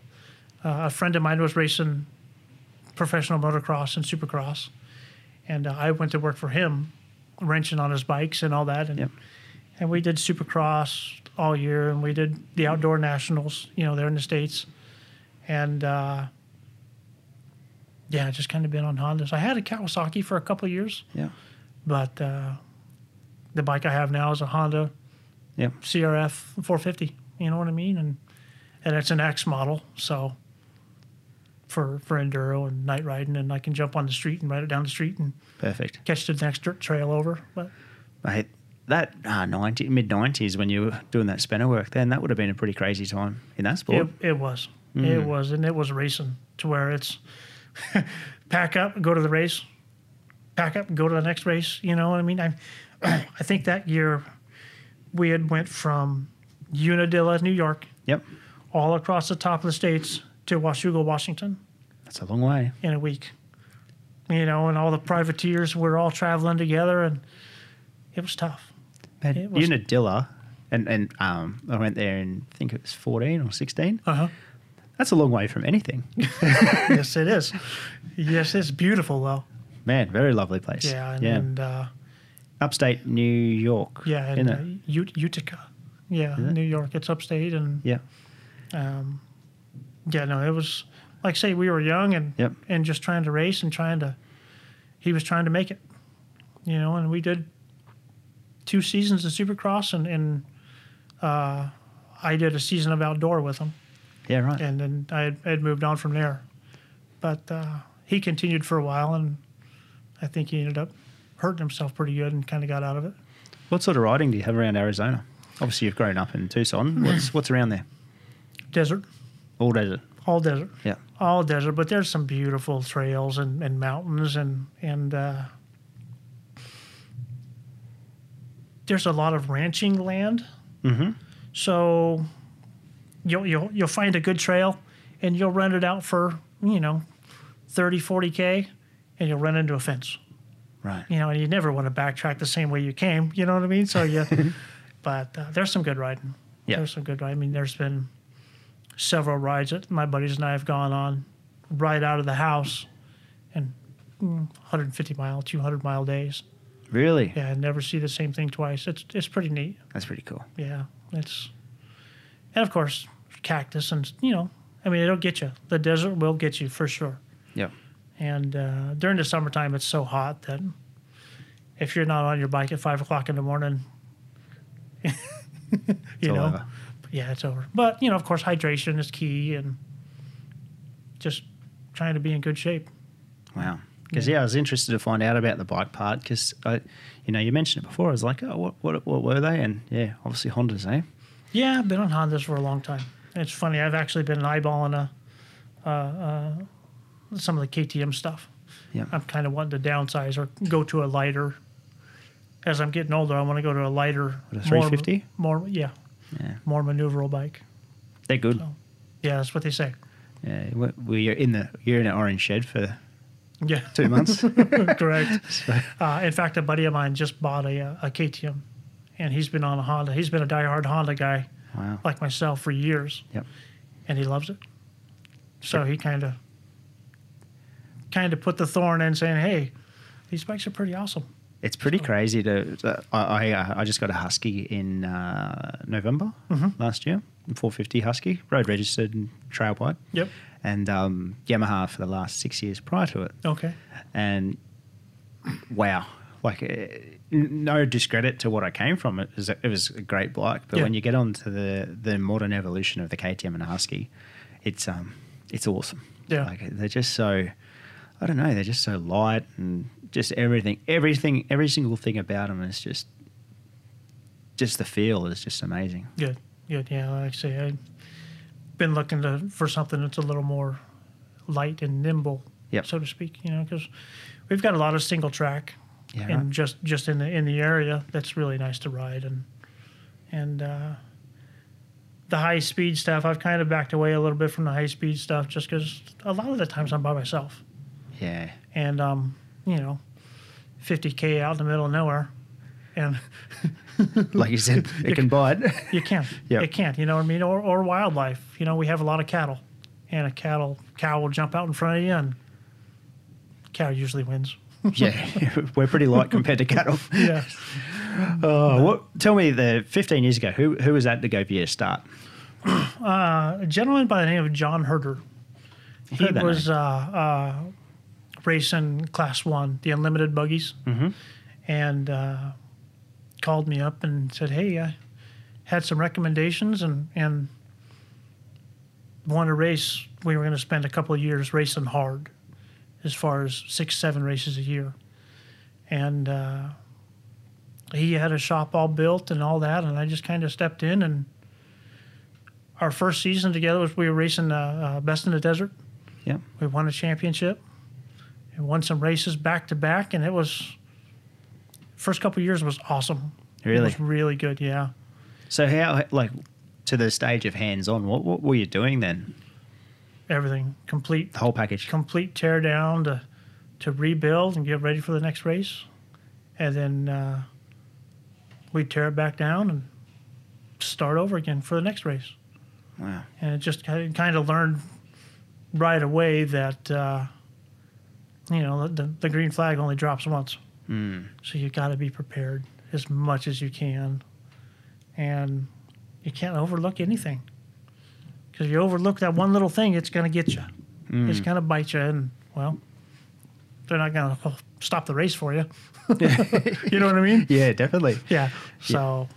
Speaker 2: uh, a friend of mine was racing professional motocross and supercross, and uh, I went to work for him, wrenching on his bikes and all that, and
Speaker 1: Yep.
Speaker 2: and we did supercross all year, and we did the outdoor nationals, you know, there in the states, and. Uh, yeah, just kind of been on Hondas. I had a Kawasaki for a couple of years,
Speaker 1: yeah.
Speaker 2: but uh, the bike I have now is a Honda
Speaker 1: Yeah.
Speaker 2: CRF 450. You know what I mean? And and it's an X model, so for for enduro and night riding, and I can jump on the street and ride it down the street and
Speaker 1: Perfect.
Speaker 2: catch the next dirt trail over. But
Speaker 1: Mate, that uh, 90, mid 90s when you were doing that spanner work then, that would have been a pretty crazy time in that sport.
Speaker 2: it, it Mm. was, it was, and it was racing to where it's [laughs] pack up, go to the race, pack up, go to the next race. You know what I mean? I [clears throat] I think that year we had went from Unadilla, New York,
Speaker 1: Yep.
Speaker 2: all across the top of the states to Washougal, Washington
Speaker 1: That's a long way.
Speaker 2: in a week. You know, and all the privateers were all traveling together, and it was tough.
Speaker 1: Man,
Speaker 2: It was-
Speaker 1: Unadilla, and, and um, I went there in, I think it was 14 or 16.
Speaker 2: Uh huh.
Speaker 1: That's a long way from anything.
Speaker 2: yes, it is. Yes, it's beautiful though.
Speaker 1: Man, very lovely place.
Speaker 2: Yeah, and,
Speaker 1: yeah.
Speaker 2: and uh,
Speaker 1: upstate New York.
Speaker 2: Yeah,
Speaker 1: isn't
Speaker 2: and,
Speaker 1: it?
Speaker 2: uh, Ut- Utica. Yeah,
Speaker 1: Is it?
Speaker 2: New York. It's upstate, and
Speaker 1: Yeah.
Speaker 2: um, yeah, no, it was like say we were young and
Speaker 1: Yep.
Speaker 2: and just trying to race and trying to. He was trying to make it, you know, and we did two seasons of Supercross, and and uh, I did a season of outdoor with him,
Speaker 1: Yeah. Right.
Speaker 2: and then I had, I had moved on from there, but uh, he continued for a while, and I think he ended up hurting himself pretty good and kind of got out of it.
Speaker 1: What sort of riding do you have around Arizona? Obviously, you've grown up in
Speaker 2: [clears throat]
Speaker 1: Tucson. What's what's around there?
Speaker 2: Desert,
Speaker 1: All desert.
Speaker 2: all desert.
Speaker 1: Yeah.
Speaker 2: all desert, but there's some beautiful trails and, and mountains and and uh, there's a lot of ranching land.
Speaker 1: Mm-hmm.
Speaker 2: So you'll you'll you'll find a good trail and you'll rent it out for you know 30, 40 k, and you'll run into a fence.
Speaker 1: Right.
Speaker 2: You know, and you never want to backtrack the same way you came. You know what I mean? So yeah, but uh, there's some good riding.
Speaker 1: Yeah.
Speaker 2: There's some good riding. I mean, there's been several rides that my buddies and I have gone on right out of the house and mm, 150 mile, 200 mile days.
Speaker 1: Really?
Speaker 2: Yeah, and never see the same thing twice. It's it's pretty neat.
Speaker 1: That's pretty cool.
Speaker 2: Yeah, it's and of course cactus and you know, I mean, it'll get you. The desert will get you for sure.
Speaker 1: Yeah.
Speaker 2: And uh, during the summertime, it's so hot that if you're not on your bike at five o'clock in the morning, [laughs] you
Speaker 1: all
Speaker 2: know,
Speaker 1: over.
Speaker 2: yeah, it's over. But you know, of course, hydration is key, and just trying to be in good shape.
Speaker 1: Wow. Because yeah. I was interested to find out about the bike part because I, you know, you mentioned it before. I was like, oh, what, what, what were they? And yeah, obviously Hondas, eh?
Speaker 2: Yeah, I've been on Hondas for a long time. It's funny. I've actually been eyeballing a, uh, uh, some of the KTM stuff.
Speaker 1: Yeah.
Speaker 2: I'm kind of wanting to downsize or go to a lighter. As I'm getting older, I want to go to a lighter,
Speaker 1: What, a
Speaker 2: more-
Speaker 1: 350?
Speaker 2: more, yeah,
Speaker 1: Yeah.
Speaker 2: more maneuverable bike.
Speaker 1: They're good.
Speaker 2: Yeah, that's what they say.
Speaker 1: Yeah. We- We are in the you're in an orange shed for
Speaker 2: Yeah,
Speaker 1: two months.
Speaker 2: [laughs] correct. Uh, in fact, a buddy of mine just bought a, uh, a KTM, and he's been on a Honda. He's been a diehard Honda guy
Speaker 1: wow.
Speaker 2: like myself for years,
Speaker 1: Yep.
Speaker 2: and he loves it. So he kind of kind of put the thorn in, saying, "Hey, these bikes are pretty awesome."
Speaker 1: It's pretty crazy to. to- I I, uh, I just got a husky in uh, November last year, a 450 husky, road registered and trail bike,
Speaker 2: Yep.
Speaker 1: and um, Yamaha for the last six years prior to it,
Speaker 2: Okay.
Speaker 1: and wow, like uh, n- no discredit to what I came from. It was a, it was a great bike, but
Speaker 2: Yeah.
Speaker 1: when you get onto the the modern evolution of the KTM and husky, it's um it's awesome.
Speaker 2: Yeah.
Speaker 1: like they're just so. I don't know. They're just so light and just everything, everything, every single thing about them is just, just the feel is just amazing.
Speaker 2: Good, good. Yeah, like I say, I've been looking to, for something that's a little more light and nimble,
Speaker 1: Yep.
Speaker 2: so to speak. You know, because we've got a lot of single track,
Speaker 1: Yeah,
Speaker 2: and
Speaker 1: right.
Speaker 2: just just in the in the area, that's really nice to ride. And and uh, the high speed stuff, I've kind of backed away a little bit from the high speed stuff, just because a lot of the times I'm by myself,
Speaker 1: Yeah,
Speaker 2: and um, you know, 50k out in the middle of nowhere, and [laughs]
Speaker 1: like you said, it can bite. [laughs]
Speaker 2: You can't.
Speaker 1: Yeah.
Speaker 2: It can't. You know what I mean? Or, or wildlife. You know, we have a lot of cattle, and a cattle cow will jump out in front of you, and cow usually wins.
Speaker 1: yeah, we're pretty light compared to cattle.
Speaker 2: Yeah.
Speaker 1: Oh, what, tell me the 15 years ago, who, who was that to go for you to start?
Speaker 2: a gentleman by the name of John Herder. He
Speaker 1: heard that
Speaker 2: was uh, uh, racing Class One, the unlimited buggies,
Speaker 1: Mm-hmm.
Speaker 2: and uh, called me up and said, "Hey, I had some recommendations and and want to race. We were going to spend a couple of years racing hard, as far as six, seven races a year, and." Uh, he had a shop all built and all that, and I just kind of stepped in and our first season together was we were racing uh, uh, Best in the Desert.
Speaker 1: Yeah.
Speaker 2: We won a championship and won some races back to back, and it was first couple of years was awesome. it
Speaker 1: Really?
Speaker 2: was really good. Yeah,
Speaker 1: So how, like, to the stage of hands-on, what, what were you doing then?
Speaker 2: everything complete,
Speaker 1: The whole package.
Speaker 2: complete tear down to to rebuild and get ready for the next race, and then uh, we tear it back down and start over again for the next race.
Speaker 1: Wow.
Speaker 2: and it just kind of learned right away that uh, you know the, the green flag only drops once. So you got to be prepared as much as you can, and you can't overlook anything. Because if you overlook that one little thing, it's going to get you. It's going to bite you, and well, they're not going to stop the race for you. [laughs] you know what I mean?
Speaker 1: [laughs] Yeah, definitely.
Speaker 2: Yeah. So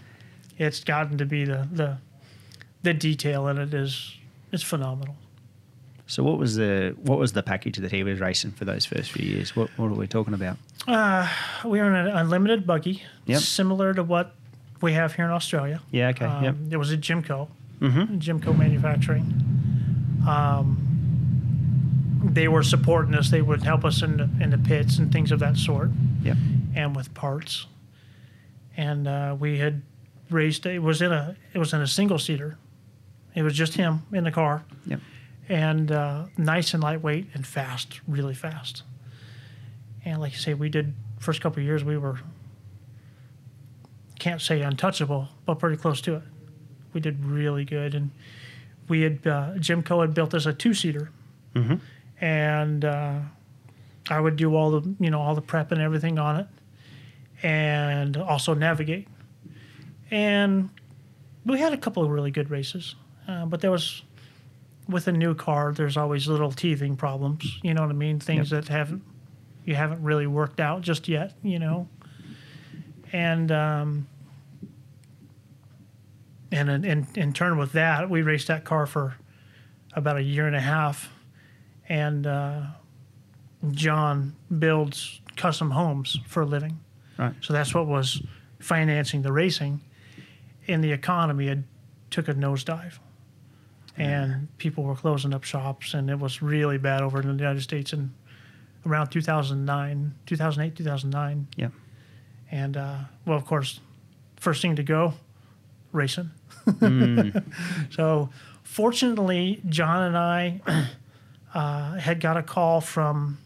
Speaker 2: it's gotten to be the the the detail in it is it's phenomenal.
Speaker 1: So what was the what was the package that he was racing for those first few years? What what are we talking about?
Speaker 2: We are in an unlimited buggy,
Speaker 1: Yep.
Speaker 2: similar to what we have here in Australia.
Speaker 1: Yeah, okay,
Speaker 2: Um,
Speaker 1: yep.
Speaker 2: It was a Jimco, mm-hmm. Jimco Manufacturing. Um, they were supporting us. They would help us in the, in the pits and things of that sort.
Speaker 1: Yep.
Speaker 2: and with parts. And uh, we had raced. It was in a it was in a single seater. It was just him in the car,
Speaker 1: Yep.
Speaker 2: and uh, nice and lightweight and fast, really fast. And like you say, we did first couple of years we were can't say untouchable, but pretty close to it. We did really good, and we had uh, Jimco had built us a two seater, and uh, I would do all the you know all the prep and everything on it, and also navigate. And we had a couple of really good races, uh, but there was with a new car, there's always little teething problems. You know what I mean? Things that haven't you haven't really worked out just yet. You know, and um, and in, in in turn with that, we raced that car for about a year and a half, and. Uh, John builds custom homes for a living.
Speaker 1: Right.
Speaker 2: So that's what was financing the racing. And the economy had took a nosedive. And people were closing up shops and it was really bad over in the United States in around 2009, 2008, 2009.
Speaker 1: Yep.
Speaker 2: And uh, well, of course, first thing to go, racing. [laughs] so fortunately, John and I [clears throat] uh, had got a call from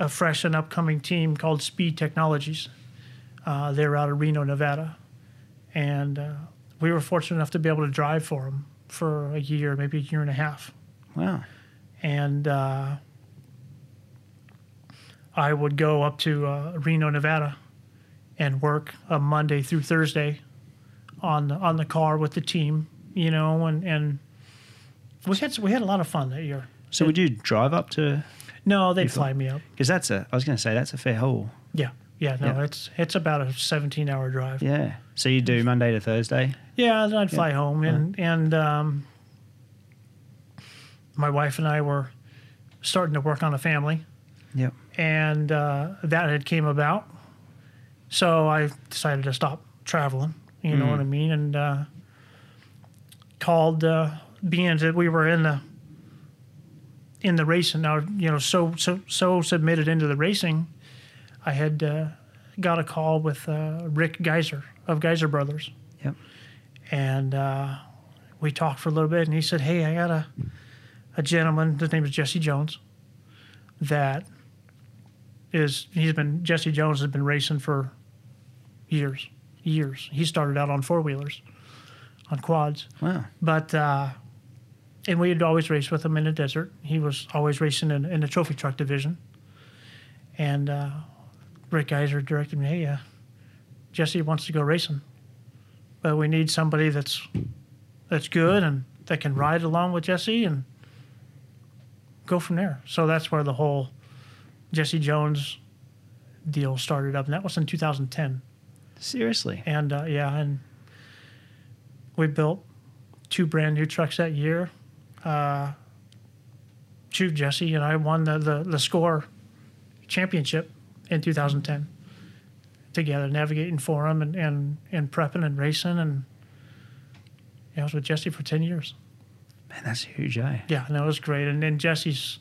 Speaker 2: a fresh and upcoming team called Speed Technologies. Uh, they're out of Reno, Nevada, and uh, we were fortunate enough to be able to drive for them for a year, maybe a year and a half
Speaker 1: Wow.
Speaker 2: and uh, I would go up to uh, Reno, Nevada, and work a Monday through Thursday on the, on the car with the team, you know, and and we had we had a lot of fun that year.
Speaker 1: So would you drive up to?
Speaker 2: No, they'd fly me up.
Speaker 1: Because that's a. I was going to say that's a fair haul.
Speaker 2: Yeah, yeah, no,
Speaker 1: Yeah.
Speaker 2: it's it's about a seventeen hour drive. Yeah,
Speaker 1: Yeah. So you do Monday to Thursday.
Speaker 2: then I'd fly home, and and um, my wife and I were starting to work on a family.
Speaker 1: Yep.
Speaker 2: and uh, that had came about. So I decided to stop traveling. You know what I mean? And uh, called uh, being that we were in the in the racing now, you know, so so so submitted into the racing. I had uh, got a call with uh, Rick Geyser of Geyser Brothers
Speaker 1: Yep.
Speaker 2: and uh, we talked for a little bit. And he said, "Hey, I got a a gentleman. His name is Jesse Jones. That is he's been Jesse Jones has been racing for years, years. He started out on four wheelers, on quads,
Speaker 1: Wow.
Speaker 2: but uh, and we had always raced with him in the desert. He was always racing in, in the trophy truck division. And uh, Rick Geyser directed me, "Hey, uh, Jesse wants to go racing, but we need somebody that's that's good and that can ride along with Jesse and go from there." So that's where the whole Jesse Jones deal started up, and that was in 2010.
Speaker 1: Seriously.
Speaker 2: And uh, yeah, and we built two brand new trucks that year. Uh, Chief Jesse and I won the, the, the score championship in 2010 together, navigating for him and, and, and prepping and racing. And yeah, I was with Jesse for 10 years.
Speaker 1: Man, that's huge, eh?
Speaker 2: Yeah, no, it was great. And then Jesse's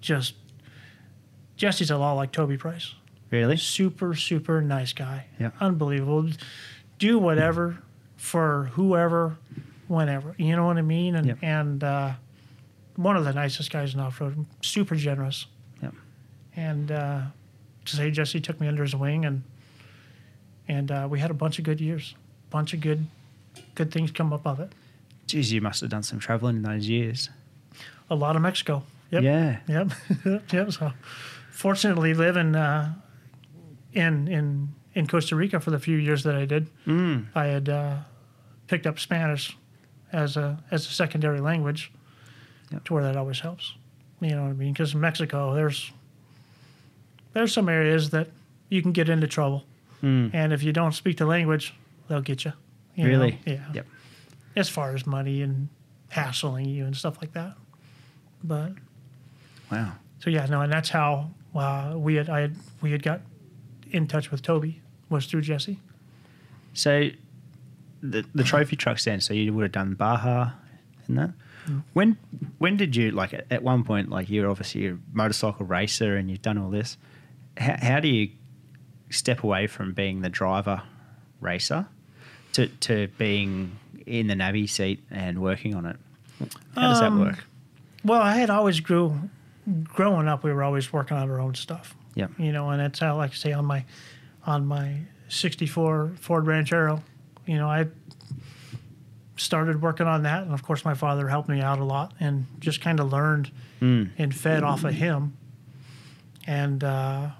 Speaker 2: just, Jesse's a lot like Toby Price
Speaker 1: Really?
Speaker 2: super super nice guy.
Speaker 1: Yeah.
Speaker 2: Unbelievable. Do whatever for whoever, whenever. You know what I mean? And
Speaker 1: Yep.
Speaker 2: and uh, one of the nicest guys in off road. Super generous.
Speaker 1: Yep.
Speaker 2: And uh, to say Jesse took me under his wing and and uh, we had a bunch of good years, bunch of good good things come up of it.
Speaker 1: Geez, you must have done some traveling in those years.
Speaker 2: A lot of Mexico. Yep. [laughs]
Speaker 1: Yeah.
Speaker 2: Yep. yep. So, fortunately, living uh, in in in Costa Rica for the few years that I did, mm. I had uh, picked up Spanish as a as a secondary language,
Speaker 1: Yep.
Speaker 2: to where that always helps. You know what I mean? Because in Mexico, there's there's some areas that you can get into trouble,
Speaker 1: Mm.
Speaker 2: and if you don't speak the language, they'll get you. you know?
Speaker 1: Really?
Speaker 2: Yeah.
Speaker 1: Yep.
Speaker 2: As far as money and hassling you and stuff like that, but
Speaker 1: Wow.
Speaker 2: so yeah, no, and that's how uh, we had I had we had got in touch with Toby was through Jesse.
Speaker 1: So the the trophy trucks then. So you would have done Baja and that.
Speaker 2: Mm.
Speaker 1: When when did you like at- at one point like you're obviously a motorcycle racer and you've done all this. How, how do you step away from being the driver racer to to being in the navy seat and working on it? How does
Speaker 2: Um,
Speaker 1: that work?
Speaker 2: Well, I had always grew growing up. We were always working on our own stuff.
Speaker 1: Yeah.
Speaker 2: You know, and that's how, like I say, on my on my '64 Ford Ranchero, you know, I started working on that, and of course, my father helped me out a lot, and just kind of learned and fed off of him, and uh,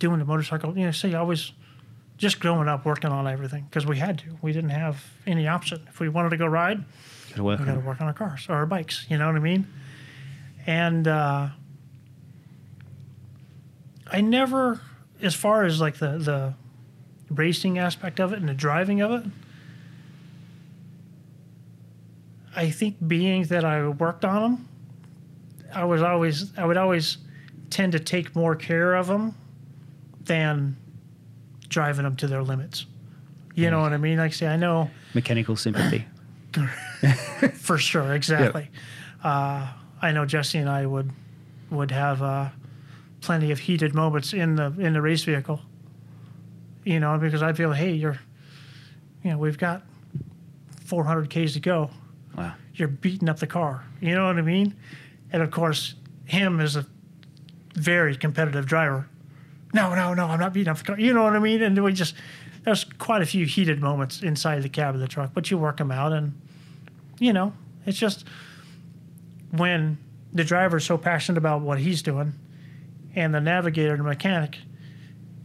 Speaker 2: doing the motorcycle. You know, see, I was just growing up working on everything because we had to. We didn't have any option. If we wanted to go ride,
Speaker 1: To work
Speaker 2: we
Speaker 1: on
Speaker 2: got to
Speaker 1: it?
Speaker 2: work on our cars or our bikes. You know what I mean? And uh, I never, as far as like the the racing aspect of it and the driving of it, I think being that I worked on them, I was always I would always tend to take more care of them than driving them to their limits. You know what I mean? Like, say, I know
Speaker 1: mechanical sympathy.
Speaker 2: for sure, exactly. Uh, I know Jesse and I would would have uh, plenty of heated moments in the in the race vehicle. You know, because I feel, hey, you're, you know, we've got 400 k's to go.
Speaker 1: Wow.
Speaker 2: You're beating up the car. You know what I mean? And of course, him is a very competitive driver. No, no, no, I'm not beating up the car. You know what I mean? And we just there's quite a few heated moments inside the cab of the truck, but you work them out and you know, it's just when the driver's so passionate about what he's doing and the navigator, the mechanic,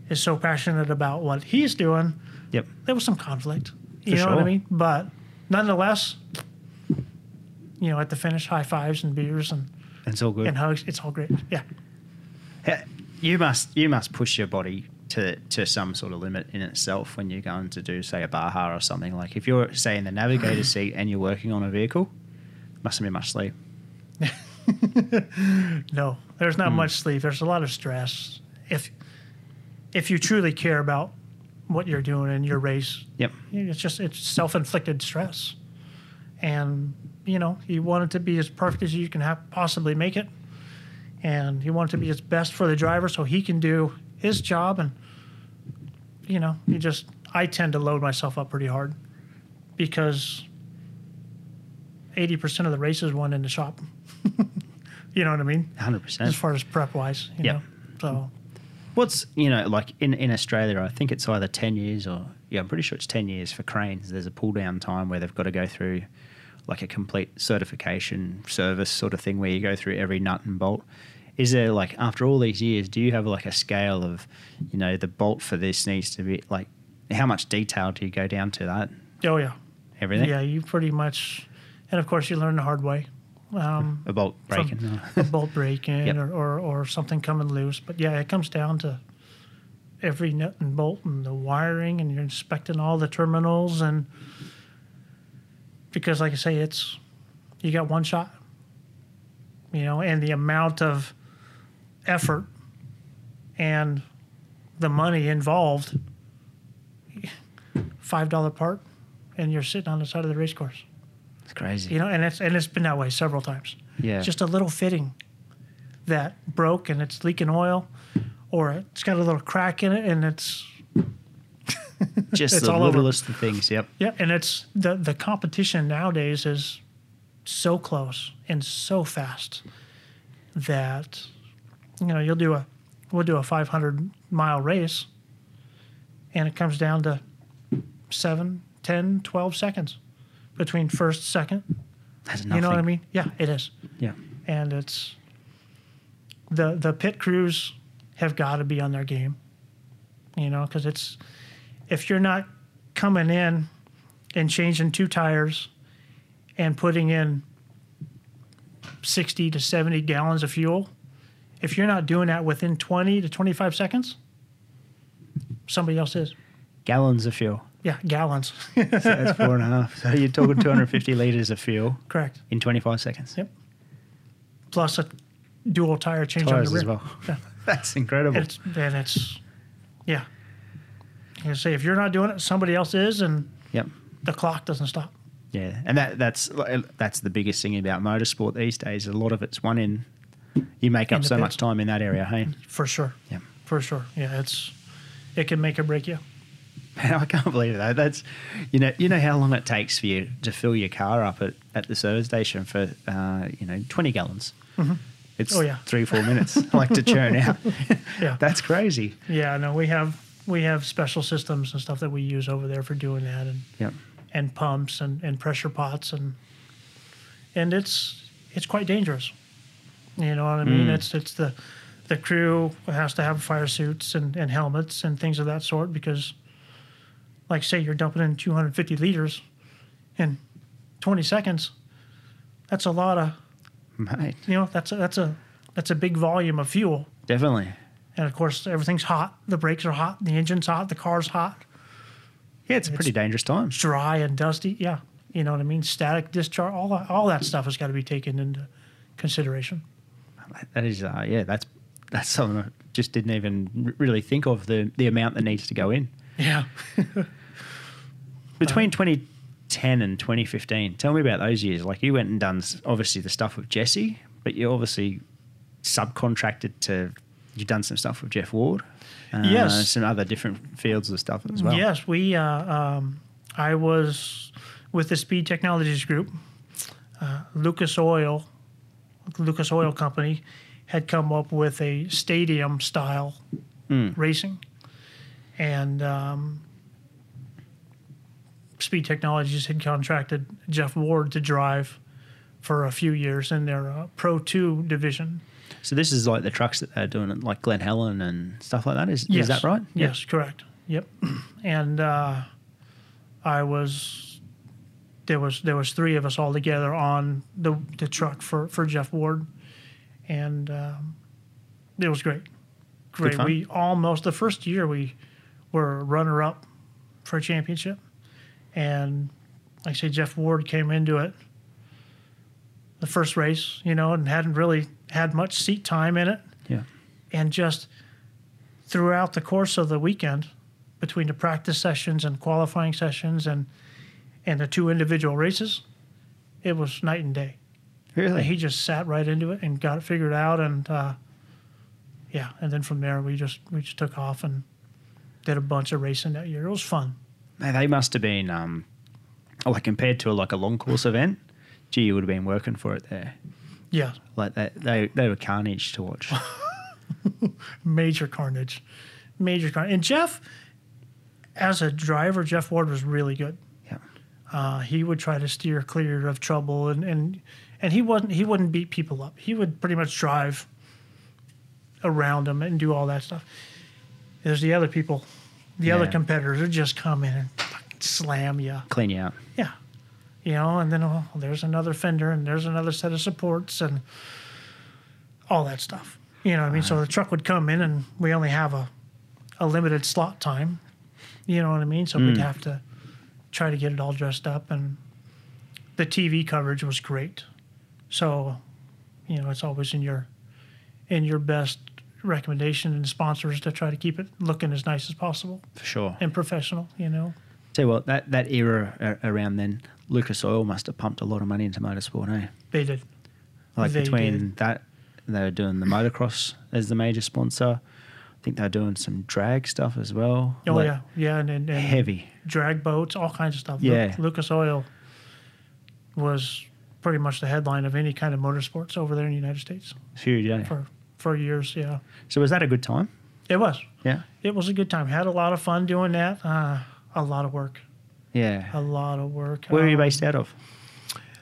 Speaker 2: is so passionate about what he's doing,
Speaker 1: Yep.
Speaker 2: there was some conflict. You
Speaker 1: For
Speaker 2: know what I
Speaker 1: sure.
Speaker 2: mean? But nonetheless, you know, at the finish, high fives and beers and,
Speaker 1: It's all good.
Speaker 2: and hugs. It's all great. Yeah.
Speaker 1: Ha- You must you must push your body to to some sort of limit in itself when you're going to do say a baja or something. Like if you're say in the navigator seat and you're working on a vehicle, mustn't be much sleep.
Speaker 2: No, there's
Speaker 1: Hmm.
Speaker 2: not much sleep. There's a lot of stress. If if you truly care about what you're doing in your race,
Speaker 1: Yep.
Speaker 2: it's just it's self-inflicted stress and you know you want it to be as perfect as you can have possibly make it and you want it to be its best for the driver so he can do his job and you know you just i tend to load myself up pretty hard because 80% of the races won in the shop [laughs] you know what i mean
Speaker 1: Hundred
Speaker 2: as
Speaker 1: percent.
Speaker 2: far as prep wise you
Speaker 1: Yeah.
Speaker 2: know so
Speaker 1: What's you know like in in Australia? I think it's either ten years or yeah, I'm pretty sure it's ten years for cranes. There's a pull down time where they've got to go through like a complete certification service sort of thing where you go through every nut and bolt. Is there like after all these years, do you have like a scale of you know the bolt for this needs to be like how much detail do you go down to that
Speaker 2: oh yeah
Speaker 1: everything?
Speaker 2: yeah you pretty much and of course you learn the hard way um,
Speaker 1: A bolt
Speaker 2: [laughs] from
Speaker 1: breaking.
Speaker 2: a bolt break in
Speaker 1: Yep.
Speaker 2: or, or, or something coming loose. But yeah, it comes down to every nut and bolt and the wiring, and you're inspecting all the terminals. And because, like I say, it's you got one shot, you know, and the amount of effort and the money involved $5 part, and you're sitting on the side of the race course,
Speaker 1: It's crazy.
Speaker 2: you know, and it's, and it's been that way several times
Speaker 1: yeah.
Speaker 2: just a little fitting that broke and it's leaking oil or it's got a little crack in it and it's
Speaker 1: just
Speaker 2: it's
Speaker 1: the
Speaker 2: all over.
Speaker 1: littlest of things. Yep.
Speaker 2: yeah and it's the the competition nowadays is so close and so fast that you know you'll do a we'll do a 500 mile race and it comes down to 7 10 12 seconds between first second
Speaker 1: That's nothing.
Speaker 2: you know what i mean yeah it is
Speaker 1: Yeah.
Speaker 2: and it's the the pit crews have got to be on their game. You know, because it's if you're not coming in and changing two tires and putting in 60 to 70 gallons of fuel, if you're not doing that within 20 to 25 seconds, somebody else is.
Speaker 1: Gallons of fuel.
Speaker 2: Yeah, gallons. [laughs]
Speaker 1: So that's four and a half. So you're talking 250 litres of fuel
Speaker 2: Correct.
Speaker 1: in 25 seconds.
Speaker 2: Yep. Plus a dual tire change on
Speaker 1: Tires
Speaker 2: the
Speaker 1: as
Speaker 2: rim.
Speaker 1: well.
Speaker 2: Yeah.
Speaker 1: [laughs] That's incredible.
Speaker 2: It's, and it's, yeah. You say if you're not doing it, somebody else is, and
Speaker 1: Yep.
Speaker 2: the clock doesn't stop.
Speaker 1: Yeah, and that that's that's the biggest thing about motorsport these days. A lot of it's one in. You make up so
Speaker 2: Independent.
Speaker 1: much time in that area, hey?
Speaker 2: For sure.
Speaker 1: Yeah.
Speaker 2: For sure. Yeah. It's, it can make or break you.
Speaker 1: I can't believe that. That's you know you know how long it takes for you to fill your car up at, at the service station for uh, you know twenty gallons. It's
Speaker 2: Oh, yeah.
Speaker 1: three four minutes like to
Speaker 2: [laughs]
Speaker 1: churn out.
Speaker 2: Yeah.
Speaker 1: [laughs] That's crazy.
Speaker 2: Yeah. No, we have we have special systems and stuff that we use over there for doing that, and
Speaker 1: Yep.
Speaker 2: and pumps and, and pressure pots and and it's it's quite dangerous. You know what I mean? It's it's the the crew has to have fire suits and, and helmets and things of that sort because like say you're dumping in two hundred and fifty liters in twenty seconds, that's a lot of
Speaker 1: Mate,
Speaker 2: you know, that's a that's a that's a big volume of fuel.
Speaker 1: definitely.
Speaker 2: And of course everything's hot, the brakes are hot, the engine's hot, the car's hot.
Speaker 1: Yeah, it's a pretty dangerous time.
Speaker 2: dry and dusty. Yeah, you know what I mean. Static discharge, all that, all that stuff has got to be taken into consideration.
Speaker 1: That is, uh, yeah, that's that's something I just didn't even r- really think of the the amount that needs to go in
Speaker 2: Yeah,
Speaker 1: between
Speaker 2: Uh-huh.
Speaker 1: 2010 and 2015. Tell me about those years. Like you went and done s- obviously the stuff with Jesse, but you obviously subcontracted to. You've done some stuff with Jeff Ward. Uh,
Speaker 2: Yes.
Speaker 1: Some other different fields of stuff as well.
Speaker 2: yes, we. Uh, um, I was with the Speed Technologies Group. Uh, Lucas Oil, Lucas Oil Company, had come up with a stadium style
Speaker 1: Hmm.
Speaker 2: racing, and um, Speed Technologies had contracted Jeff Ward to drive for a few years in their uh, Pro Two division.
Speaker 1: So this is like the trucks that they're doing, at, like Glen Helen and stuff like that. Is
Speaker 2: Yes.
Speaker 1: is that right?
Speaker 2: Yes, correct. Yep. [clears throat] And uh, I was there was there was three of us all together on the the truck for for Jeff Ward, and um, it was great. Great.
Speaker 1: fun.
Speaker 2: We almost the first year we were runner up for a championship, and like I say, Jeff Ward came into it the first race, you know, and hadn't really had much seat time in it
Speaker 1: Yeah.
Speaker 2: and just throughout the course of the weekend between the practice sessions and qualifying sessions and and the two individual races it was night and day
Speaker 1: Really?
Speaker 2: he just sat right into it and got it figured out and uh, yeah and then from there we just we just took off and did a bunch of racing that year it was fun
Speaker 1: Mate, they must have been um, like compared to like a long course event. Gee, you would have been working for it there.
Speaker 2: yeah
Speaker 1: Like they they, they were carnage to
Speaker 2: [laughs]
Speaker 1: watch.
Speaker 2: major carnage major carnage and jeff as a driver jeff ward was really good
Speaker 1: yeah,
Speaker 2: uh, he would try to steer clear of trouble and, and and he wasn't he wouldn't beat people up he would pretty much drive around them and do all that stuff there's the other people the other
Speaker 1: Yeah.
Speaker 2: competitors would just come in and fucking slam you
Speaker 1: clean you out.
Speaker 2: yeah you know and then oh, there's another fender and there's another set of supports and all that stuff you know what i mean so the truck would come in and we only have a, a limited slot time you know what i mean so
Speaker 1: Hmm.
Speaker 2: we'd have to try to get it all dressed up and the tv coverage was great so you know it's always in your in your best recommendation and sponsors to try to keep it looking as nice as possible
Speaker 1: For sure.
Speaker 2: and professional you know
Speaker 1: Tell you what, that that era a- around then, Lucas Oil must have pumped a lot of money into motorsport, eh?
Speaker 2: they did
Speaker 1: Like
Speaker 2: They
Speaker 1: between
Speaker 2: did.
Speaker 1: that, they were doing the motocross as the major sponsor. I think they were doing some drag stuff as well.
Speaker 2: oh
Speaker 1: Like,
Speaker 2: yeah yeah and, and, and
Speaker 1: heavy.
Speaker 2: drag boats, all kinds of stuff. Lu-
Speaker 1: Yeah.
Speaker 2: Lucas Oil was pretty much the headline of any kind of motorsports over there in the United States
Speaker 1: Huge, eh?
Speaker 2: for, for years. Yeah.
Speaker 1: So was that a good time?
Speaker 2: It was.
Speaker 1: Yeah.
Speaker 2: It was a good time. Had a lot of fun doing that. Uh, a lot of work.
Speaker 1: Yeah.
Speaker 2: A lot of work.
Speaker 1: Where were you
Speaker 2: Uh, Um,
Speaker 1: based out of?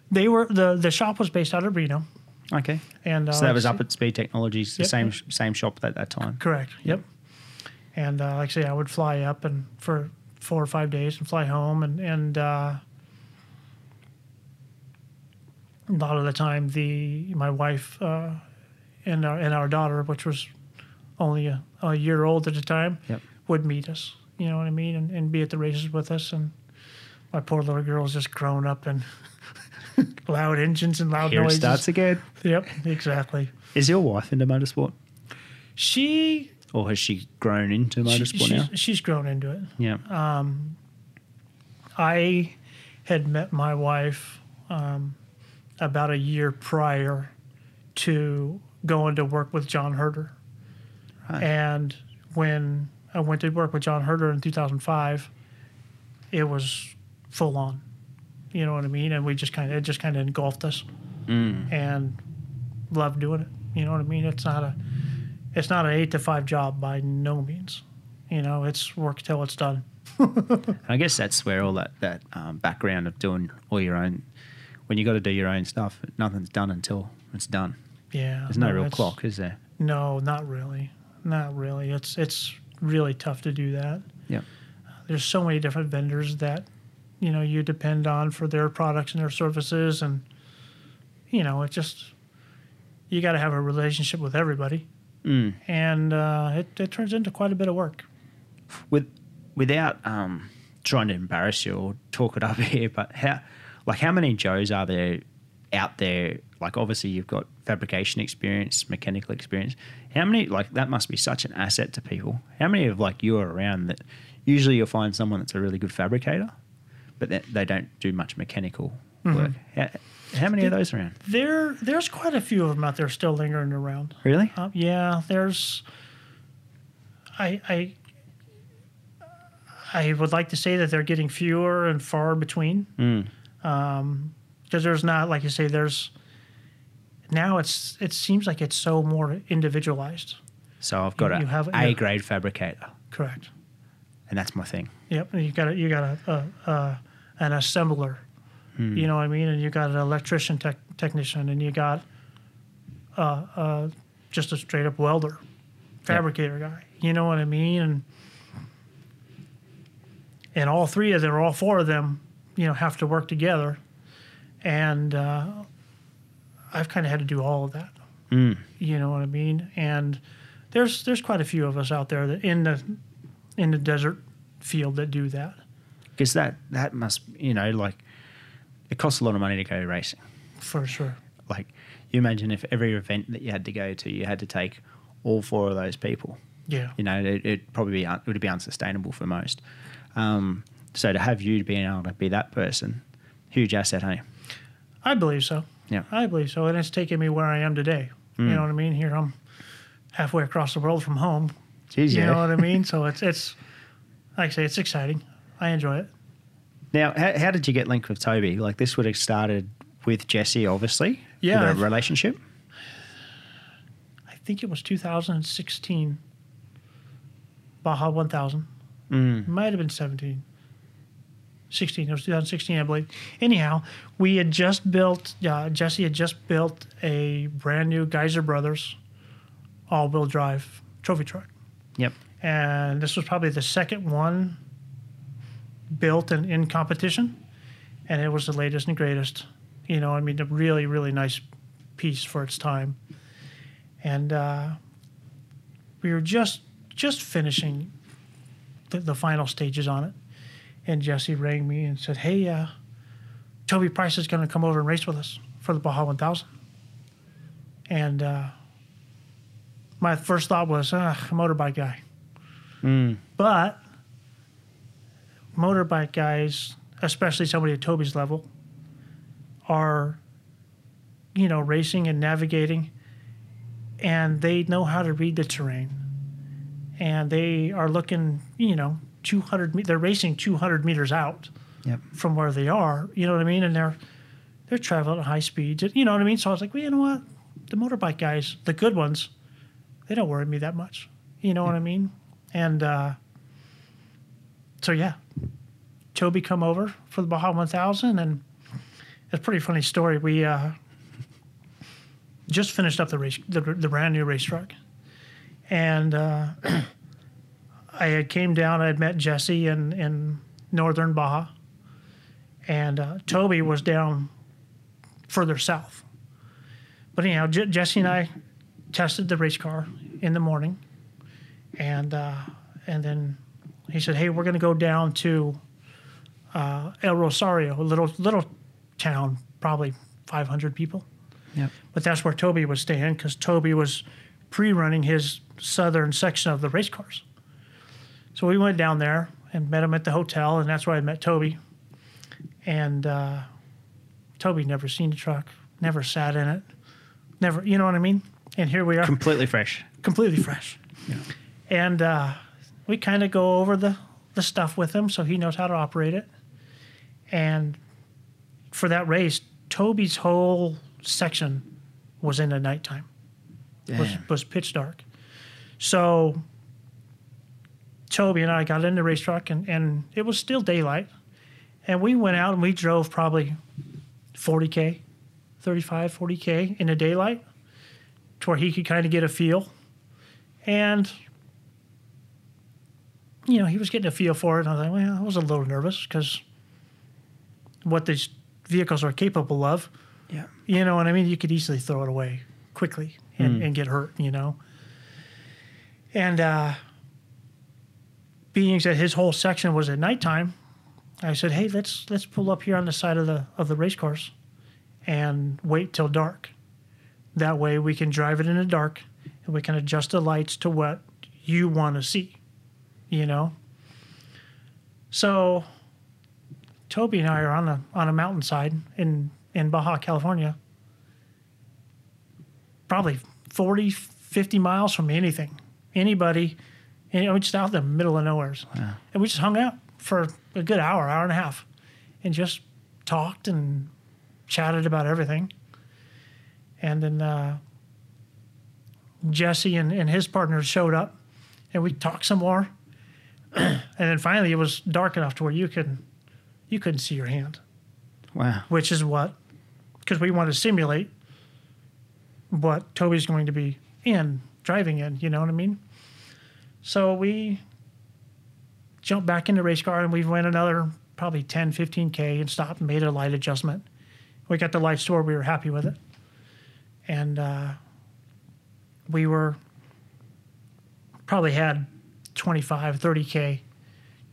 Speaker 2: They were the the shop was based out of Reno.
Speaker 1: Okay.
Speaker 2: And uh,
Speaker 1: so that
Speaker 2: like
Speaker 1: was
Speaker 2: I
Speaker 1: up
Speaker 2: say-
Speaker 1: at Speed Technologies, the
Speaker 2: Yep.
Speaker 1: same same shop at that time.
Speaker 2: Correct. Yep. And uh, like I say, I would fly up and for four or five days and fly home, and and uh, a lot of the time, the my wife uh, and our and our daughter, which was only a, a year old at the time,
Speaker 1: Yep.
Speaker 2: would meet us. You know what I mean, and, and be at the races with us. And my poor little girl's just grown up and [laughs] loud engines and loud
Speaker 1: Here it
Speaker 2: noises.
Speaker 1: starts again.
Speaker 2: Yep, exactly.
Speaker 1: Is your wife into motorsport,
Speaker 2: She,
Speaker 1: or has she grown into
Speaker 2: she-
Speaker 1: motorsport now?
Speaker 2: she's, uh, she's grown into it.
Speaker 1: Yeah.
Speaker 2: I had met my wife um, about a year prior to going to work with John Herder.
Speaker 1: Right.
Speaker 2: And when I went to work with John Herder in 2005, it was full on. You know what I mean? And we just kind of, it just kind of engulfed us
Speaker 1: Mm.
Speaker 2: and loved doing it. You know what I mean? It's not a, it's not an eight to five job by no means. You know, it's work till it's done.
Speaker 1: I guess that's where all that that um, background of doing all your own, when you got to do your own stuff, nothing's done until it's done.
Speaker 2: Yeah.
Speaker 1: There's no, real
Speaker 2: it's-
Speaker 1: clock, is there?
Speaker 2: No, not really. Not really. It's it's really tough to do that.
Speaker 1: Yeah.
Speaker 2: There's so many different vendors that you know you depend on for their products and their services and you know, it just you got to have a relationship with everybody.
Speaker 1: Mm.
Speaker 2: And uh, it, it turns into quite a bit of work.
Speaker 1: With without um, trying to embarrass you or talk it up [laughs] here, but how like how many Joes are there out there? Like obviously you've got fabrication experience, mechanical experience. How many like that must be such an asset to people. How many of like you are around that? Usually you'll find someone that's a really good fabricator, but they, they don't do much mechanical
Speaker 2: Mm-hmm.
Speaker 1: work. How, how many of those around?
Speaker 2: There there's quite a few of them out there still lingering around.
Speaker 1: Really?
Speaker 2: Uh, yeah, there's. I I. I would like to say that they're getting fewer and far between. Because there's not, like you say, there's. Now it's it seems like it's so more individualized.
Speaker 1: So I've got
Speaker 2: You-
Speaker 1: a
Speaker 2: you have- you
Speaker 1: A
Speaker 2: have-
Speaker 1: grade fabricator,
Speaker 2: Correct.
Speaker 1: and that's my thing.
Speaker 2: Yep. And you got a, you got a, a, a an assembler. You know what I mean? And you got an electrician tech, technician, and you got uh, uh, just a straight up welder, fabricator guy. You know what I mean? And and all three of them, or all four of them, you know, have to work together. And uh, I've kind of had to do all of that. You know what I mean? And there's there's quite a few of us out there that in the in the desert field that do that.
Speaker 1: because that that must you know like it costs a lot of money to go racing
Speaker 2: For sure.
Speaker 1: like you imagine if every event that you had to go to you had to take all four of those people
Speaker 2: Yeah.
Speaker 1: you know it, it'd probably be un- it would be unsustainable for most um, so to have you being able to be that person huge asset hey
Speaker 2: I believe so.
Speaker 1: yeah
Speaker 2: I believe so. And it's taken me where I am today. You know what I mean? Here I'm halfway across the world from home.
Speaker 1: Jeez,
Speaker 2: You
Speaker 1: yeah.
Speaker 2: know what I mean? So it's it's like I say, it's exciting. I enjoy it.
Speaker 1: now how, how did you get linked with toby like this would have started with jesse obviously
Speaker 2: Yeah,
Speaker 1: with a
Speaker 2: I've-
Speaker 1: relationship
Speaker 2: I think it was 2016. Baja 1000. Might have been 17. 16. It was 2016, I believe. Anyhow, we had just built, uh, Jesse had just built a brand new Geyser Brothers all wheel drive trophy truck.
Speaker 1: yep
Speaker 2: And this was probably the second one built and in competition. And it was the latest and greatest. You know, I mean, a really, really nice piece for its time. And uh, we were just just finishing the, the final stages on it. And Jesse rang me and said, Hey, uh, Toby Price is going to come over and race with us for the Baja 1000. And uh, my first thought was, ah, motorbike guy. But motorbike guys, especially somebody at Toby's level, are, you know, racing and navigating, and they know how to read the terrain, and they are looking, you know, 200. me- They're racing 200 meters out
Speaker 1: yep
Speaker 2: from where they are. You know what I mean? And they're they're traveling at high speeds. You know what I mean? So I was like, well, you know what? The motorbike guys, the good ones, they don't worry me that much. You know what I mean? And uh, so yeah, Toby come over for the Baja 1000, and it's a pretty funny story. We uh, just finished up the race, the, the brand new race truck, and uh, [clears throat] I had came down. I had met Jesse in in northern Baja, and uh, Toby was down further south. But anyhow, J- Jesse and I tested the race car in the morning, and uh, and then he said, "Hey, we're going to go down to uh, El Rosario, a little little town, probably 500 people."
Speaker 1: Yep.
Speaker 2: but that's where Toby was staying because Toby was pre-running his southern section of the race cars. So we went down there and met him at the hotel, and that's where I met Toby. And uh, Toby never seen the truck, never sat in it, never, you know what I mean? And here we are,
Speaker 1: Completely fresh.
Speaker 2: completely fresh. And uh, we kind of go over the, the stuff with him so he knows how to operate it. And for that race, Toby's whole section was in the nighttime, was,
Speaker 1: Damn.
Speaker 2: was pitch dark. So Toby and I got in the race truck, and, and it was still daylight. And we went out and we drove probably 40K, 35, 40K in the daylight to where he could kind of get a feel. And, you know, he was getting a feel for it. And I was like, well, I was a little nervous because what these vehicles are capable of.
Speaker 1: Yeah.
Speaker 2: You know what I mean? You could easily throw it away quickly and, and get hurt, you know? And uh, being that his whole section was at nighttime, I said, hey, let's let's pull up here on the side of the of the race course and wait till dark. That way we can drive it in the dark and we can adjust the lights to what you want to see, you know? So Toby and I are on a on a mountainside in in Baja California. Probably 40, 50 miles from anything, anybody, and you know, just out in the middle of nowhere. And we just hung out for a good hour, hour and a half, and just talked and chatted about everything. And then uh, Jesse and, and his partner showed up, and we talked some more. [clears throat] and then finally, it was dark enough to where you could you couldn't see your hand,
Speaker 1: Wow.
Speaker 2: which is what, because we want to simulate what Toby's going to be in, driving in, you know what I mean? So we jumped back into race car and we went another probably 10, 15K and stopped and made a light adjustment. We got the lights to where we were happy with it. And uh, we were probably had 25, 30K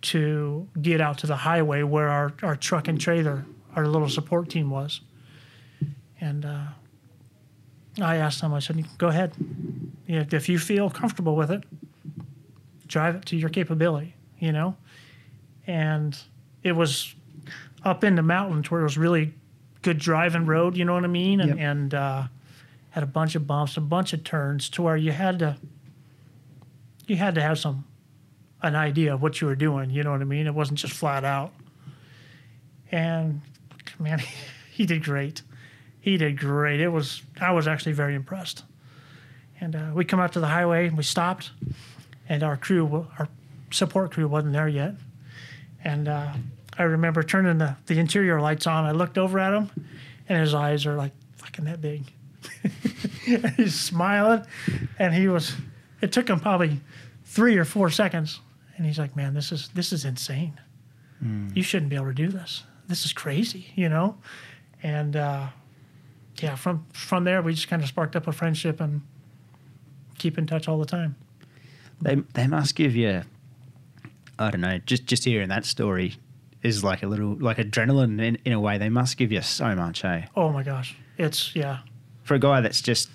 Speaker 2: to get out to the highway where our, our truck and trailer, our little support team was. And uh, I asked them, I said, go ahead. If, if you feel comfortable with it, drive it to your capability, you know? And it was up in the mountains where it was really good driving road, you know what I mean? And,
Speaker 1: Yep.
Speaker 2: and uh, had a bunch of bumps, a bunch of turns to where you had to, you had to have some an idea of what you were doing. You know what I mean? It wasn't just flat out. And man, [laughs] he did great. He did great. It was I was actually very impressed. And uh, we come out to the highway and we stopped, and our crew, wa- our support crew, wasn't there yet. And uh, I remember turning the, the interior lights on. I looked over at him, and his eyes are like fucking that big. And he's smiling, and he was. It took him probably three or four seconds, and he's like, "Man, this is this is insane. You shouldn't be able to do this. This is crazy, you know." And uh, yeah, from from there, we just kind of sparked up a friendship and keep in touch all the time.
Speaker 1: They they must give you. I don't know. Just just hearing that story is like a little like adrenaline in, in a way. They must give you so much, eh?
Speaker 2: Oh my gosh, it's yeah,
Speaker 1: for a guy that's just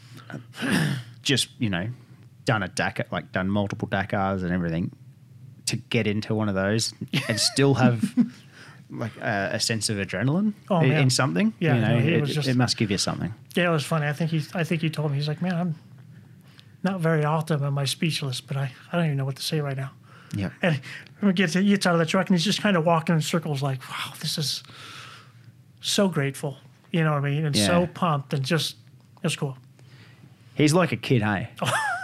Speaker 1: just you know done a Dakar, like done multiple Dakars and everything, to get into one of
Speaker 2: [laughs]
Speaker 1: those and still have like a, a sense of adrenaline
Speaker 2: Oh,
Speaker 1: in,
Speaker 2: man.
Speaker 1: in something.
Speaker 2: Yeah,
Speaker 1: you know,
Speaker 2: no, he
Speaker 1: it,
Speaker 2: was just-
Speaker 1: it must give you something.
Speaker 2: yeah. It was funny. I think he I think he told me he's like, "Man, I'm not very often am I speechless, but I I don't even know what to say right now."
Speaker 1: Yeah,
Speaker 2: And he gets, he gets out of the truck and he's just kind of walking in circles, like, wow, this is so grateful. You know what I mean? And
Speaker 1: Yeah.
Speaker 2: so pumped and just, it's cool.
Speaker 1: he's like a kid, hey.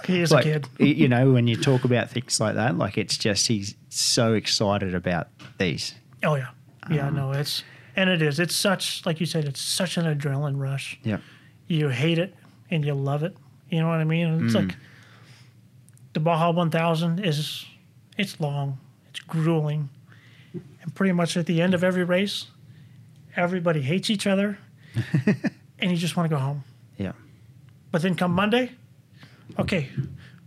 Speaker 2: He is
Speaker 1: like,
Speaker 2: a kid.
Speaker 1: y-
Speaker 2: [laughs]
Speaker 1: you know, when you talk about things like that, like it's just he's so excited about these.
Speaker 2: Oh, yeah. Yeah, no, it's, and it is. It's such, like you said, it's such an adrenaline rush.
Speaker 1: Yeah,
Speaker 2: You hate it and you love it. You know what I mean? It's like the Baja 1000 is it's long, it's grueling, and pretty much at the end of every race, everybody hates each other, and you just want to go home.
Speaker 1: Yeah.
Speaker 2: But then come Monday, okay,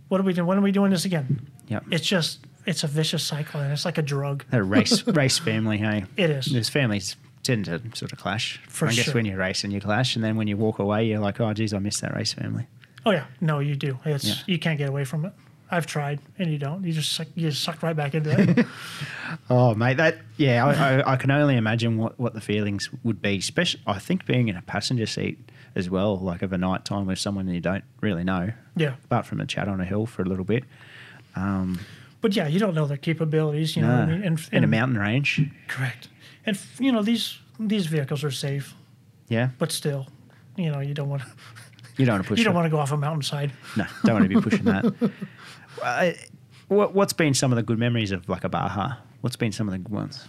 Speaker 2: what are we doing? When are we doing this again?
Speaker 1: Yeah.
Speaker 2: It's just it's a vicious cycle, and it's like a drug.
Speaker 1: A
Speaker 2: [laughs]
Speaker 1: race race family, hey.
Speaker 2: It is.
Speaker 1: There's families tend to sort of clash.
Speaker 2: For
Speaker 1: I guess
Speaker 2: sure.
Speaker 1: when you race and you clash, and then when you walk away, you're like, oh, geez, I missed that race family.
Speaker 2: Oh yeah, no, you do. It's
Speaker 1: Yeah.
Speaker 2: you can't get away from it. I've tried, and you don't. You just suck, you just suck right back into it.
Speaker 1: Oh, mate, that yeah, I,
Speaker 2: [laughs]
Speaker 1: I, I can only imagine what, what the feelings would be. Especially, I think being in a passenger seat as well, like of a night time with someone you don't really know,
Speaker 2: yeah,
Speaker 1: apart from a chat on a hill for a little bit. Um,
Speaker 2: but yeah, you don't know their capabilities. You know, what I
Speaker 1: nah,
Speaker 2: mean? and, and
Speaker 1: in a mountain range,
Speaker 2: correct. And f- you know these these vehicles are safe,
Speaker 1: yeah,
Speaker 2: but still, you know you don't want to
Speaker 1: you don't want to push.
Speaker 2: you don't
Speaker 1: it.
Speaker 2: want to go off a mountainside.
Speaker 1: No, don't want to be pushing that. Uh, what, what's been some of the good memories of like a Baja? What's been some of the good ones?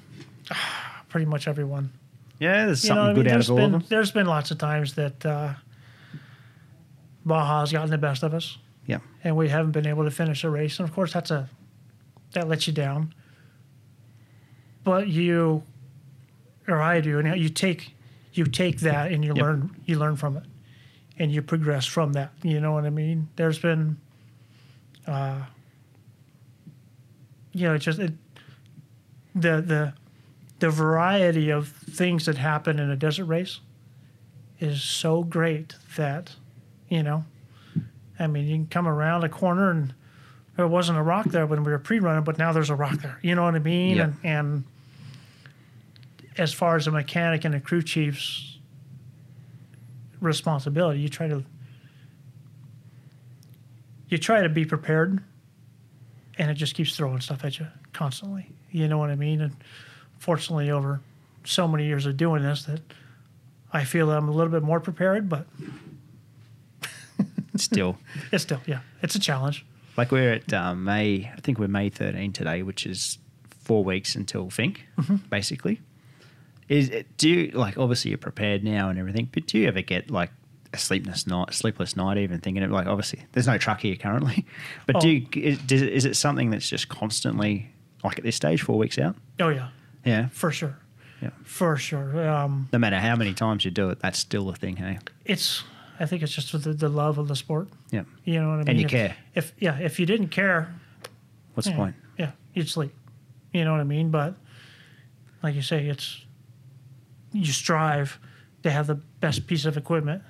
Speaker 2: Pretty much everyone.
Speaker 1: Yeah, there's
Speaker 2: You
Speaker 1: something
Speaker 2: know, what I mean?
Speaker 1: good out
Speaker 2: There's
Speaker 1: of all
Speaker 2: been
Speaker 1: of them.
Speaker 2: there's been lots of times that uh, Baja's gotten the best of us.
Speaker 1: Yeah, [laughs]
Speaker 2: and we haven't been able to finish a race. And of course, that's a that lets you down. But you, or I do, and you take you take that and you
Speaker 1: Yep.
Speaker 2: learn you learn from it, and you progress from that. You know what I mean? There's been, uh, you know, it's just it, the the the variety of things that happen in a desert race is so great that you know I mean, you can come around a corner and there wasn't a rock there when we were pre-running, but now there's a rock there. You know what I mean?
Speaker 1: Yeah.
Speaker 2: And, and as far as a mechanic and a crew chief's responsibility, you try to you try to be prepared, and it just keeps throwing stuff at you constantly. You know what I mean? And fortunately, over so many years of doing this, that I feel I'm a little bit more prepared, but
Speaker 1: still.
Speaker 2: it's still, yeah, it's a challenge.
Speaker 1: Like we're at um, May, I think we're May 13 today, which is four weeks until Fink,
Speaker 2: Mm-hmm.
Speaker 1: basically. Is it, do you like obviously you're prepared now and everything, but do you ever get like a sleepless night, sleepless night, even thinking of like obviously there's no truck here currently, [laughs] but do
Speaker 2: Oh.
Speaker 1: you, is, does it- is it something that's just constantly like at this stage, four weeks out?
Speaker 2: Oh yeah,
Speaker 1: Yeah,
Speaker 2: for sure.
Speaker 1: Yeah.
Speaker 2: For sure. Um,
Speaker 1: no matter how many times you do it, that's still a thing, hey?
Speaker 2: it's I think it's just the, the love of the sport.
Speaker 1: Yeah,
Speaker 2: You know what I mean?
Speaker 1: And you
Speaker 2: If-
Speaker 1: care.
Speaker 2: If yeah, if you didn't care,
Speaker 1: what's
Speaker 2: yeah,
Speaker 1: the point?
Speaker 2: Yeah, you'd sleep. You know what I mean? But like you say, it's you strive to have the best piece of equipment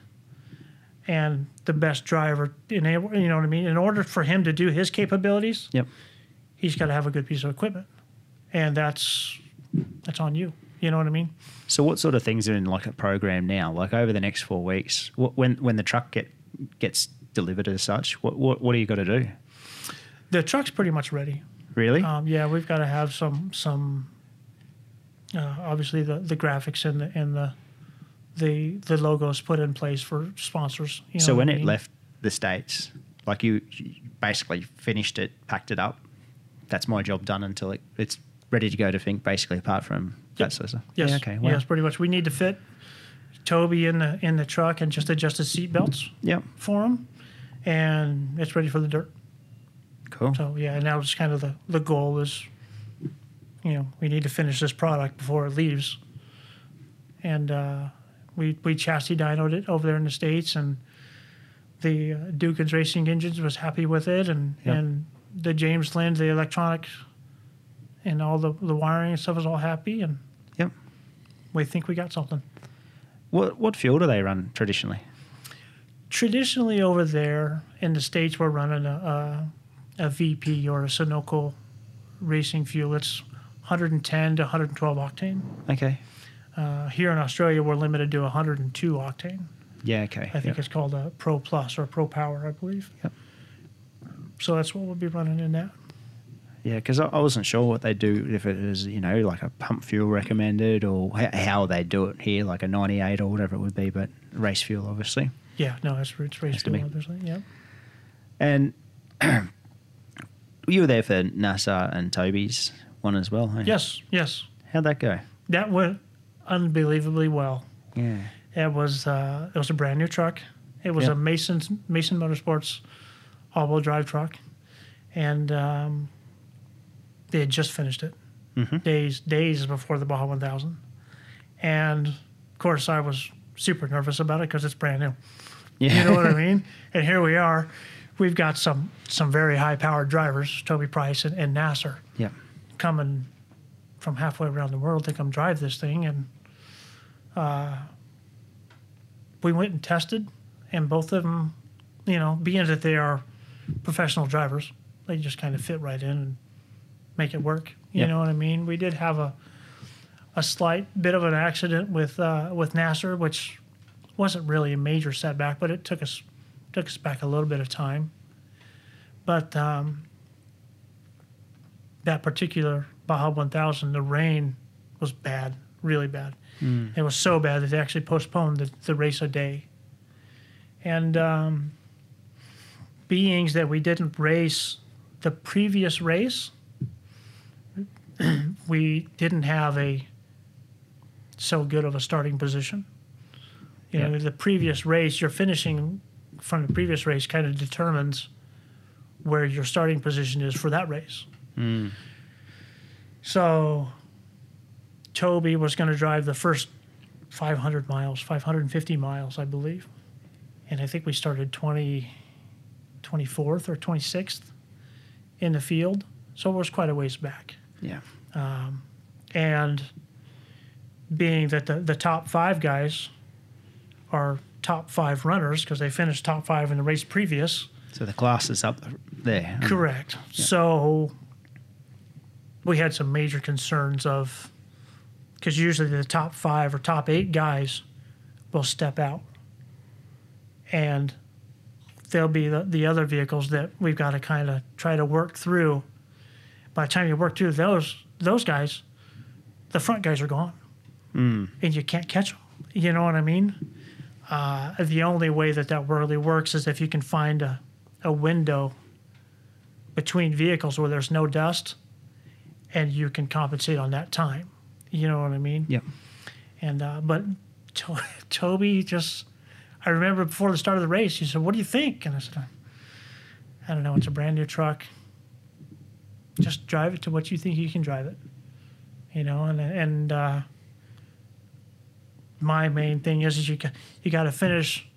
Speaker 2: and the best driver enable you know what I mean? In order for him to do his capabilities,
Speaker 1: Yep,
Speaker 2: he's gotta have a good piece of equipment. And that's that's on you. You know what I mean?
Speaker 1: So what sort of things are in like a program now? Like over the next four weeks, what, when when the truck get gets delivered as such, what what, what do you got to do?
Speaker 2: The truck's pretty much ready.
Speaker 1: Really?
Speaker 2: Um, yeah, we've got to have some some. Uh, obviously, the, the graphics and the and the the the logos put in place for sponsors. You know
Speaker 1: so
Speaker 2: what
Speaker 1: when
Speaker 2: I
Speaker 1: it
Speaker 2: mean?
Speaker 1: left the states, like you, you basically finished it, packed it up. That's my job done until it, it's ready to go to Fink. Basically, apart from that sort of stuff.
Speaker 2: yes,
Speaker 1: Yeah, okay. Wow.
Speaker 2: yes, pretty much. We need to fit Toby in the in the truck and just adjust his seat belts
Speaker 1: Yep.
Speaker 2: for him, and it's ready for the dirt.
Speaker 1: Cool.
Speaker 2: So yeah, and that was kind of the the goal is, you know, we need to finish this product before it leaves. And uh, we we chassis dynoed it over there in the states, and the uh, Dukins Racing Engines was happy with it, and
Speaker 1: Yeah.
Speaker 2: and the James Lind, the electronics, and all the the wiring and stuff was all happy, and
Speaker 1: Yep.
Speaker 2: we think we got something.
Speaker 1: What what fuel do they run traditionally?
Speaker 2: Traditionally, over there in the states, we're running a, a, a VP or a Sunoco racing fuel. It's 110 to 112 octane.
Speaker 1: Okay.
Speaker 2: Uh, here in Australia, we're limited to 102 octane.
Speaker 1: Yeah. Okay.
Speaker 2: I think
Speaker 1: Yep.
Speaker 2: it's called a Pro Plus or Pro Power, I believe.
Speaker 1: Yep.
Speaker 2: So that's what we'll be running in that.
Speaker 1: Yeah, because I I wasn't sure what they do if it was you know like a pump fuel recommended or h- how they do it here, like a ninety-eight or whatever it would be, but race fuel obviously.
Speaker 2: Yeah, no, it's, it's race
Speaker 1: Has to be.
Speaker 2: fuel, obviously. Yeah.
Speaker 1: And [clears throat] you were there for NASA and Toby's one as well. Hey?
Speaker 2: Yes, yes.
Speaker 1: How'd that go?
Speaker 2: That went unbelievably well.
Speaker 1: Yeah.
Speaker 2: It was uh, it was a brand new truck. It was
Speaker 1: Yeah.
Speaker 2: a Mason Mason Motorsports all-wheel drive truck, and um, they had just finished it days days before the Baja 1000, and of course I was super nervous about it because it's brand new.
Speaker 1: Yeah.
Speaker 2: You know what I mean? And here we are. We've got some some very high-powered drivers, Toby Price and, and Nasser
Speaker 1: [laughs] yeah.
Speaker 2: coming from halfway around the world to come drive this thing, and uh, we went and tested, and both of them, you know, being that they are professional drivers, they just kind of fit right in and make it work. You
Speaker 1: Yeah.
Speaker 2: know what I mean? We did have a a slight bit of an accident with uh, with Nasser, which wasn't really a major setback, but it took us took us back a little bit of time. But um, that particular Baja 1000, the rain was bad, really bad. It was so bad that they actually postponed the, the race a day. And um, beings that we didn't race the previous race, [clears throat] we didn't have a so good of a starting position. You know,
Speaker 1: Yeah.
Speaker 2: the previous race, your finishing from the previous race kind of determines where your starting position is for that race. So Toby was going to drive the first 500 miles, 550 miles, I believe. And I think we started 20, 24th or 26th in the field. So it was quite a ways back.
Speaker 1: Yeah.
Speaker 2: And being that the, the top five guys are top five runners because they finished top five in the race previous.
Speaker 1: So the class is up there. um,
Speaker 2: Correct. So we had some major concerns of because usually the top five or top eight guys will step out, and they'll be the, the other vehicles that we've got to kind of try to work through. By the time you work through those those guys, the front guys are gone, and you can't catch them. You know what I mean? Uh, the only way that that really works is if you can find a, a window between vehicles where there's no dust and you can compensate on that time. You know what I mean?
Speaker 1: Yep.
Speaker 2: And, uh, but to- [laughs] Toby just, I remember before the start of the race, he said, What do you think? And I said, I don't know. It's a brand new truck. Just drive it to what you think you can drive it. You know, and, and, uh, my main thing is, is you, ca- you got to finish,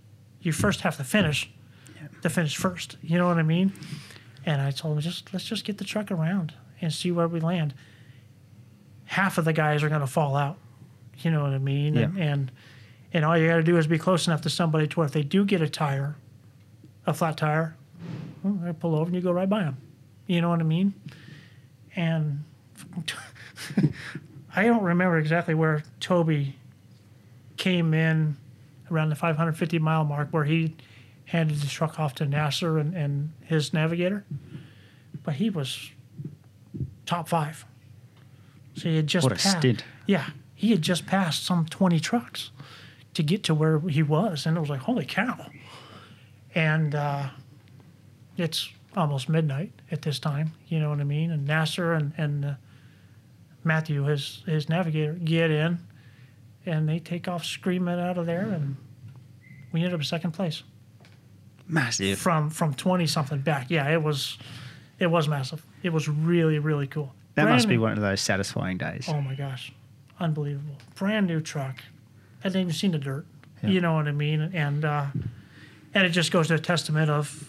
Speaker 2: you first have to finish to finish first. You know what I mean? And I told him, just let's just get the truck around and see where we land. Half of the guys are going to fall out. You know what I mean?
Speaker 1: Yeah.
Speaker 2: And, and and all you got to do is be close enough to somebody to where if they do get a tire, a flat tire, well, they pull over and you go right by them. You know what I mean? And I don't remember exactly where Toby came in around the 550 mile mark where he handed the truck off to Nasser and, and his navigator. But he was top five. So he had just
Speaker 1: What a
Speaker 2: passed.
Speaker 1: stint.
Speaker 2: Yeah, he had just passed some 20 trucks to get to where he was, and it was like, holy cow! And uh, it's almost midnight at this time. You know what I mean? And Nasser and and uh, Matthew, his his navigator, get in, and they take off screaming out of there, and we ended up in second place
Speaker 1: Massive.
Speaker 2: from from 20 something back. Yeah, it was it was massive. It was really really cool.
Speaker 1: That must be
Speaker 2: Brand-
Speaker 1: one of those satisfying days.
Speaker 2: Oh my gosh, unbelievable! Brand new truck, hadn't even seen the dirt.
Speaker 1: Yeah.
Speaker 2: You know what I mean? And uh, and it just goes to a testament of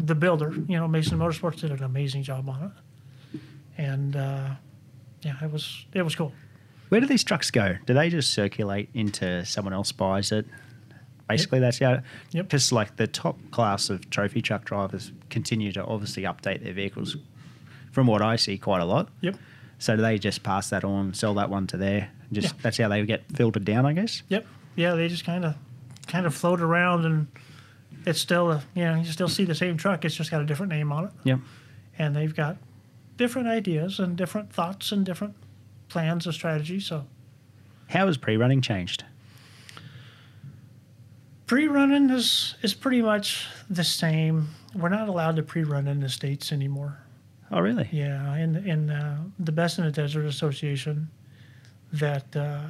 Speaker 2: the builder. You know, Mason Motorsports did an amazing job on it, and uh, yeah, it was it was cool.
Speaker 1: Where do these trucks go? Do they just circulate into someone else buys it? Basically, that's how.
Speaker 2: Yep.
Speaker 1: Because like the top class of trophy truck drivers continue to obviously update their vehicles, from what I see, quite a lot.
Speaker 2: Yep.
Speaker 1: So do they just pass that on, sell that one to there? Just
Speaker 2: Yeah.
Speaker 1: that's how they get filtered down, I guess.
Speaker 2: Yep. Yeah, they just kind of kind of float around, and it's still a, you know you still see the same truck. It's just got a different name on it.
Speaker 1: Yep.
Speaker 2: and they've got different ideas and different thoughts and different plans and strategy. So
Speaker 1: How has pre-running changed?
Speaker 2: pre-running is is pretty much the same. We're not allowed to pre-run in the states anymore.
Speaker 1: Oh, really?
Speaker 2: Yeah, in in uh, the Best in the Desert Association that uh,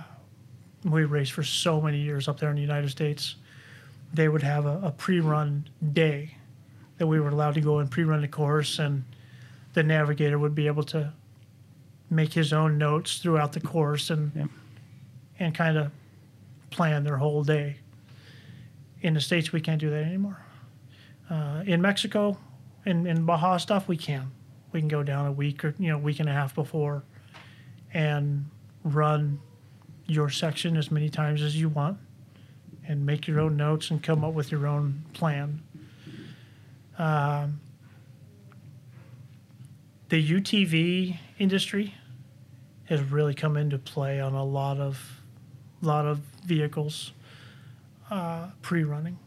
Speaker 2: we raced for so many years up there in the United States, they would have a, a pre-run day that we were allowed to go and pre-run the course, and the navigator would be able to make his own notes throughout the course and
Speaker 1: Yep.
Speaker 2: and kind of plan their whole day. In the states, we can't do that anymore. Uh, in Mexico, in in Baja stuff, we can. We can go down a week or you know week and a half before, and run your section as many times as you want and make your own notes and come up with your own plan. Um, the UTV industry has really come into play on a lot of lot of vehicles uh, pre-running.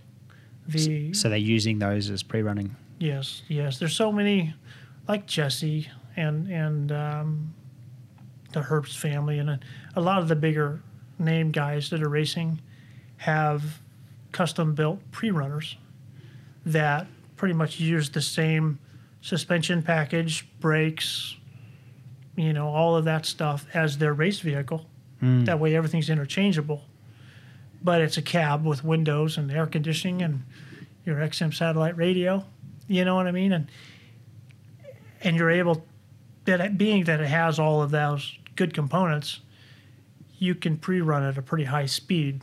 Speaker 2: The
Speaker 1: So they're using those as pre-running.
Speaker 2: Yes, yes. There's so many, like Jesse and and um, the Herbst family, and a, a lot of the bigger name guys that are racing have custom built pre runners that pretty much use the same suspension package, brakes, you know, all of that stuff as their race vehicle. That way, everything's interchangeable. But it's a cab with windows and air conditioning and your XM satellite radio. You know what I mean? And and you're able that it- being that it has all of those good components, you can pre-run at a pretty high speed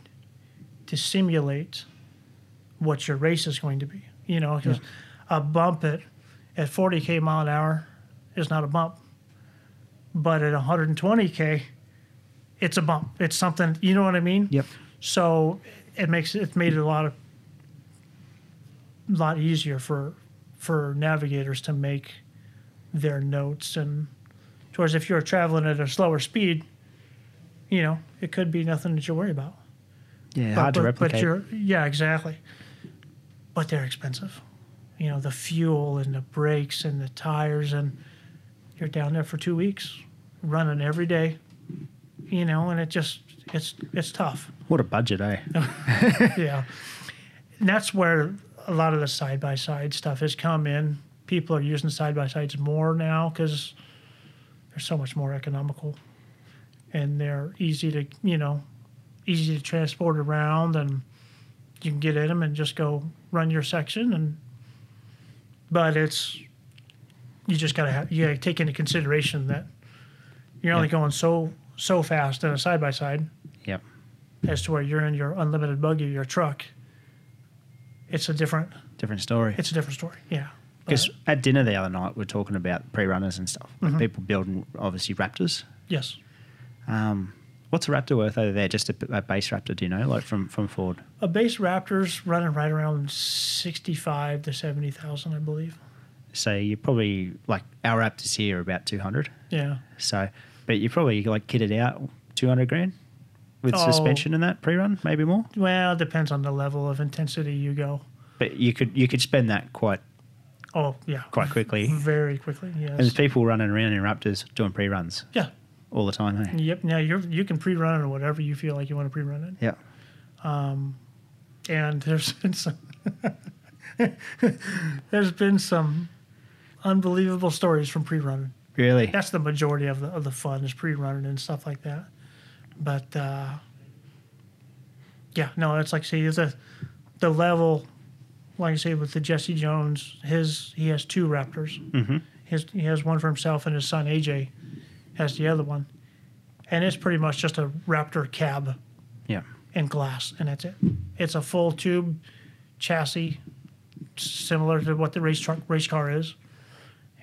Speaker 2: to simulate what your race is going to be. You know, because a bump at at 40k mile an hour is not a bump, but at 120k, it's a bump. It's something. You know what I mean? So it makes it made it a lot of lot easier for for navigators to make their notes and towards if you're traveling at a slower speed, you know, it could be nothing that you worry about.
Speaker 1: Yeah, hard to replicate.
Speaker 2: you're, yeah, exactly. But they're expensive. You know, the fuel and the brakes and the tires and you're down there for two weeks running every day. You know, and it just it's it's tough.
Speaker 1: what a budget, eh?
Speaker 2: [laughs] yeah. And that's where a lot of the side by side stuff has come in. People are using side by sides more now because they're so much more economical and they're easy to, you know, easy to transport around and you can get in them and just go run your section and but it's you just gotta have you gotta take into consideration that you're only
Speaker 1: Yeah.
Speaker 2: going so so fast in a side by side
Speaker 1: Yep.
Speaker 2: as to where you're in your unlimited buggy, your truck, it's a different
Speaker 1: Different story.
Speaker 2: it's a different story. Yeah.
Speaker 1: Because
Speaker 2: But-
Speaker 1: at dinner the other night, we are talking about pre-runners and stuff.
Speaker 2: Mm-hmm.
Speaker 1: Like people building, obviously, Raptors.
Speaker 2: yes.
Speaker 1: Um, what's a Raptor worth over there? Just a, a base Raptor, do you know? Like from, from Ford?
Speaker 2: A base Raptor's running right around sixty-five to seventy thousand, I believe.
Speaker 1: So you probably, like, our Raptors here are about 200.
Speaker 2: Yeah.
Speaker 1: So, but you probably, like, kitted out 200 grand with
Speaker 2: Oh.
Speaker 1: suspension and that pre-run, maybe more.
Speaker 2: Well, it depends on the level of intensity you go.
Speaker 1: But you could you could spend that quite
Speaker 2: Oh yeah.
Speaker 1: quite quickly.
Speaker 2: [laughs]
Speaker 1: And
Speaker 2: Very quickly.
Speaker 1: there's
Speaker 2: Yes.
Speaker 1: people running around in Raptors doing pre-runs
Speaker 2: Yeah.
Speaker 1: all the time, hey?
Speaker 2: Yep. Now you're you can pre-run it or whatever you feel like you want to pre-run it.
Speaker 1: Yeah.
Speaker 2: and there's [laughs] been some there's been some unbelievable stories from pre-running.
Speaker 1: Really?
Speaker 2: That's the majority of the of the fun is pre-running and stuff like that. But uh, yeah, no, it's like see the the level, like I say with the Jesse Jones, his he has two Raptors. Mm-hmm. His he has one for himself and his son AJ has the other one, and it's pretty much just a Raptor cab
Speaker 1: Yeah.
Speaker 2: and glass, and that's it. It's a full tube chassis, similar to what the race truck race car is,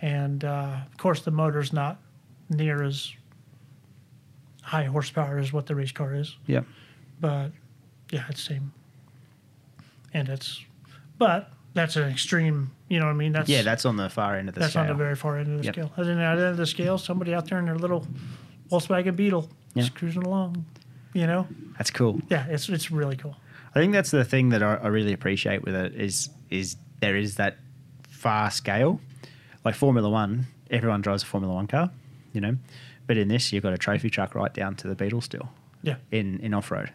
Speaker 2: and uh, of course the motor's not near as high horsepower as what the race car is,
Speaker 1: Yeah.
Speaker 2: but yeah, it's same. And it's, but that's an extreme. You know what I mean? That's
Speaker 1: Yeah, that's on the far end of the
Speaker 2: that's
Speaker 1: scale.
Speaker 2: on the very far end of the
Speaker 1: Yep.
Speaker 2: scale. And then at the end of the scale, somebody out there in their little Volkswagen Beetle just
Speaker 1: Yeah.
Speaker 2: cruising along. You know?
Speaker 1: that's cool.
Speaker 2: Yeah, it's it's really cool.
Speaker 1: I think that's the thing that I, I really appreciate with it is is there is that far scale. Like Formula One, everyone drives a Formula One car, you know, but in this you've got a trophy truck right down to the Beetle still
Speaker 2: Yeah.
Speaker 1: in in off road.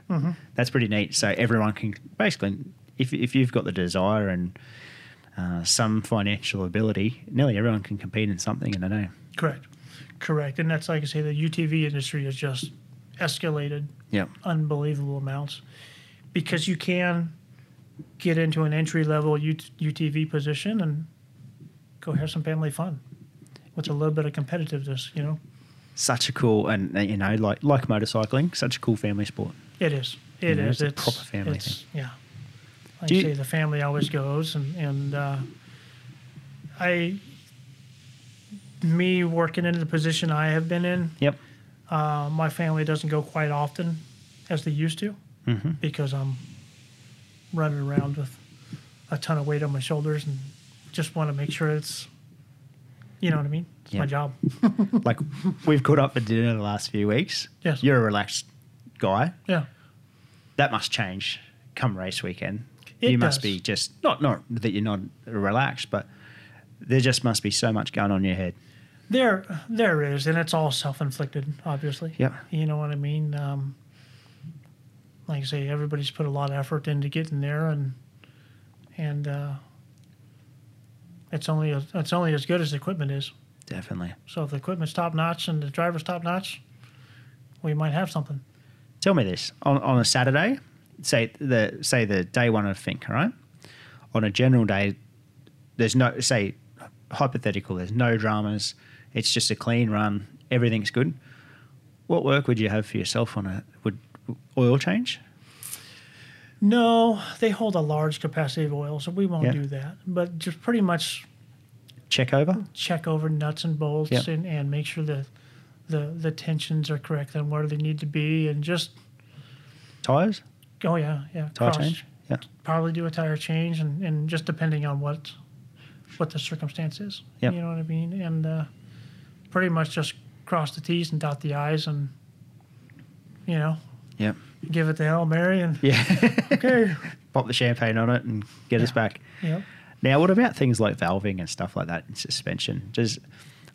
Speaker 1: That's pretty neat. So everyone can basically, if if you've got the desire and uh, some financial ability, nearly everyone can compete in something. And I know,
Speaker 2: Correct. Correct. And that's like I say, the UTV industry has just escalated
Speaker 1: yeah,
Speaker 2: unbelievable amounts because you can get into an entry level UTV position and go have some family fun with a little bit of competitiveness. You know,
Speaker 1: Such a cool and uh, you know like like motorcycling, such a cool family sport.
Speaker 2: it is. It
Speaker 1: Yeah,
Speaker 2: is.
Speaker 1: it's a proper family
Speaker 2: it's- Yeah. Like
Speaker 1: Do
Speaker 2: you
Speaker 1: you-
Speaker 2: say, the family always goes, and and uh, I, me working in the position I have been in,
Speaker 1: Yep.
Speaker 2: Uh, my family doesn't go quite often as they used to
Speaker 1: Mm-hmm.
Speaker 2: because I'm running around with a ton of weight on my shoulders and just want to make sure it's, you know what I mean? It's my
Speaker 1: Yeah. [laughs]
Speaker 2: job.
Speaker 1: like we've caught up for dinner the last few weeks.
Speaker 2: Yes.
Speaker 1: You're a relaxed guy.
Speaker 2: Yeah.
Speaker 1: That must change come race weekend.
Speaker 2: It
Speaker 1: you must
Speaker 2: does.
Speaker 1: be just not not that you're not relaxed, but there just must be so much going on in your head.
Speaker 2: There, there is, and it's all self-inflicted, obviously.
Speaker 1: Yep.
Speaker 2: You know what I mean? Um, like I say, everybody's put a lot of effort into getting there, and and uh, it's only it's only as good as the equipment is.
Speaker 1: Definitely.
Speaker 2: So if the equipment's top notch and the driver's top notch, we might have something.
Speaker 1: Tell me this on, on a Saturday, say the say the day one of Fink, all right? On a general day, there's no say hypothetical. There's no dramas. It's just a clean run. Everything's good. What work would you have for yourself on a would oil change?
Speaker 2: No, they hold a large capacity of oil, so we won't
Speaker 1: Yeah.
Speaker 2: do that. But just pretty much
Speaker 1: Check over.
Speaker 2: check over nuts and bolts
Speaker 1: Yep.
Speaker 2: and, and make sure that the the tensions are correct and where they need to be and just
Speaker 1: tires,
Speaker 2: oh yeah yeah
Speaker 1: tire
Speaker 2: cross-
Speaker 1: change. Yeah,
Speaker 2: probably do a tire change and, and just depending on what what the circumstance is
Speaker 1: Yep.
Speaker 2: you know what I mean and uh, pretty much just cross the T's and dot the I's and you know
Speaker 1: yeah,
Speaker 2: give it the Hail Mary and
Speaker 1: yeah.
Speaker 2: [laughs]
Speaker 1: [laughs]
Speaker 2: okay
Speaker 1: Pop the champagne on it and get us
Speaker 2: Yeah.
Speaker 1: back.
Speaker 2: yep.
Speaker 1: Now, what about things like valving and stuff like that in suspension? Does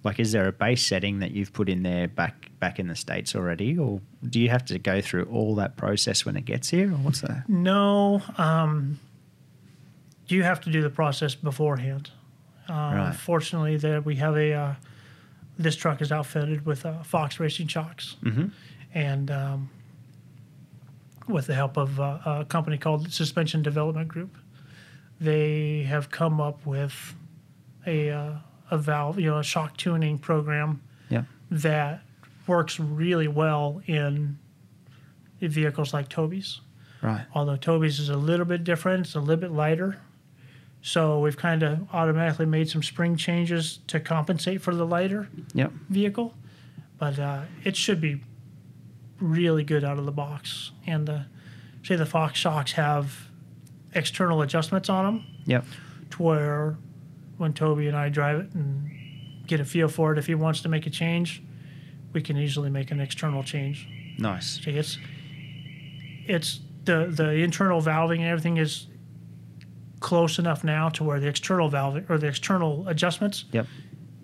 Speaker 1: like is there a base setting that you've put in there back back in the states already, or do you have to go through all that process when it gets here, or what's that?
Speaker 2: No, um, you have to do the process beforehand. Uh,
Speaker 1: Right.
Speaker 2: Fortunately, there we have a. Uh, this truck is outfitted with uh, Fox Racing shocks,
Speaker 1: Mm-hmm.
Speaker 2: and um, with the help of uh, a company called Suspension Development Group, they have come up with a uh, a valve, you know, a shock tuning program
Speaker 1: Yeah,
Speaker 2: that works really well in vehicles like Toby's
Speaker 1: right.
Speaker 2: although Toby's is a little bit different. It's a little bit lighter. So we've kind of automatically made some spring changes to compensate for the lighter
Speaker 1: Yep.
Speaker 2: vehicle, but uh, it should be really good out of the box. And the say the Fox shocks have external adjustments on them
Speaker 1: Yep.
Speaker 2: to where when Toby and I drive it and get a feel for it, if he wants to make a change, we can easily make an external change.
Speaker 1: Nice.
Speaker 2: See, it's it's the the internal valving and everything is close enough now to where the external valving or the external adjustments
Speaker 1: Yep.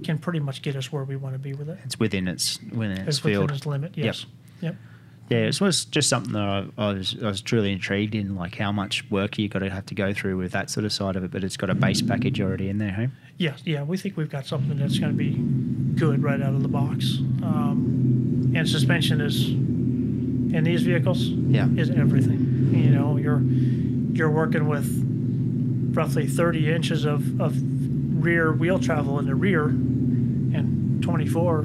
Speaker 2: can pretty much get us where we want to be with it.
Speaker 1: It's within its within its,
Speaker 2: It's
Speaker 1: field.
Speaker 2: within its limit. Yes. Yep.
Speaker 1: Yeah, it was just something that I, I was I was truly intrigued in, like how much work you got to have to go through with that sort of side of it. But it's got a base package already in there, hey?
Speaker 2: Yes. Yeah. We think we've got something that's going to be good right out of the box. Um, and suspension is in these vehicles
Speaker 1: Yeah.
Speaker 2: is everything. You know, you're you're working with roughly 30 inches of, of rear wheel travel in the rear and 24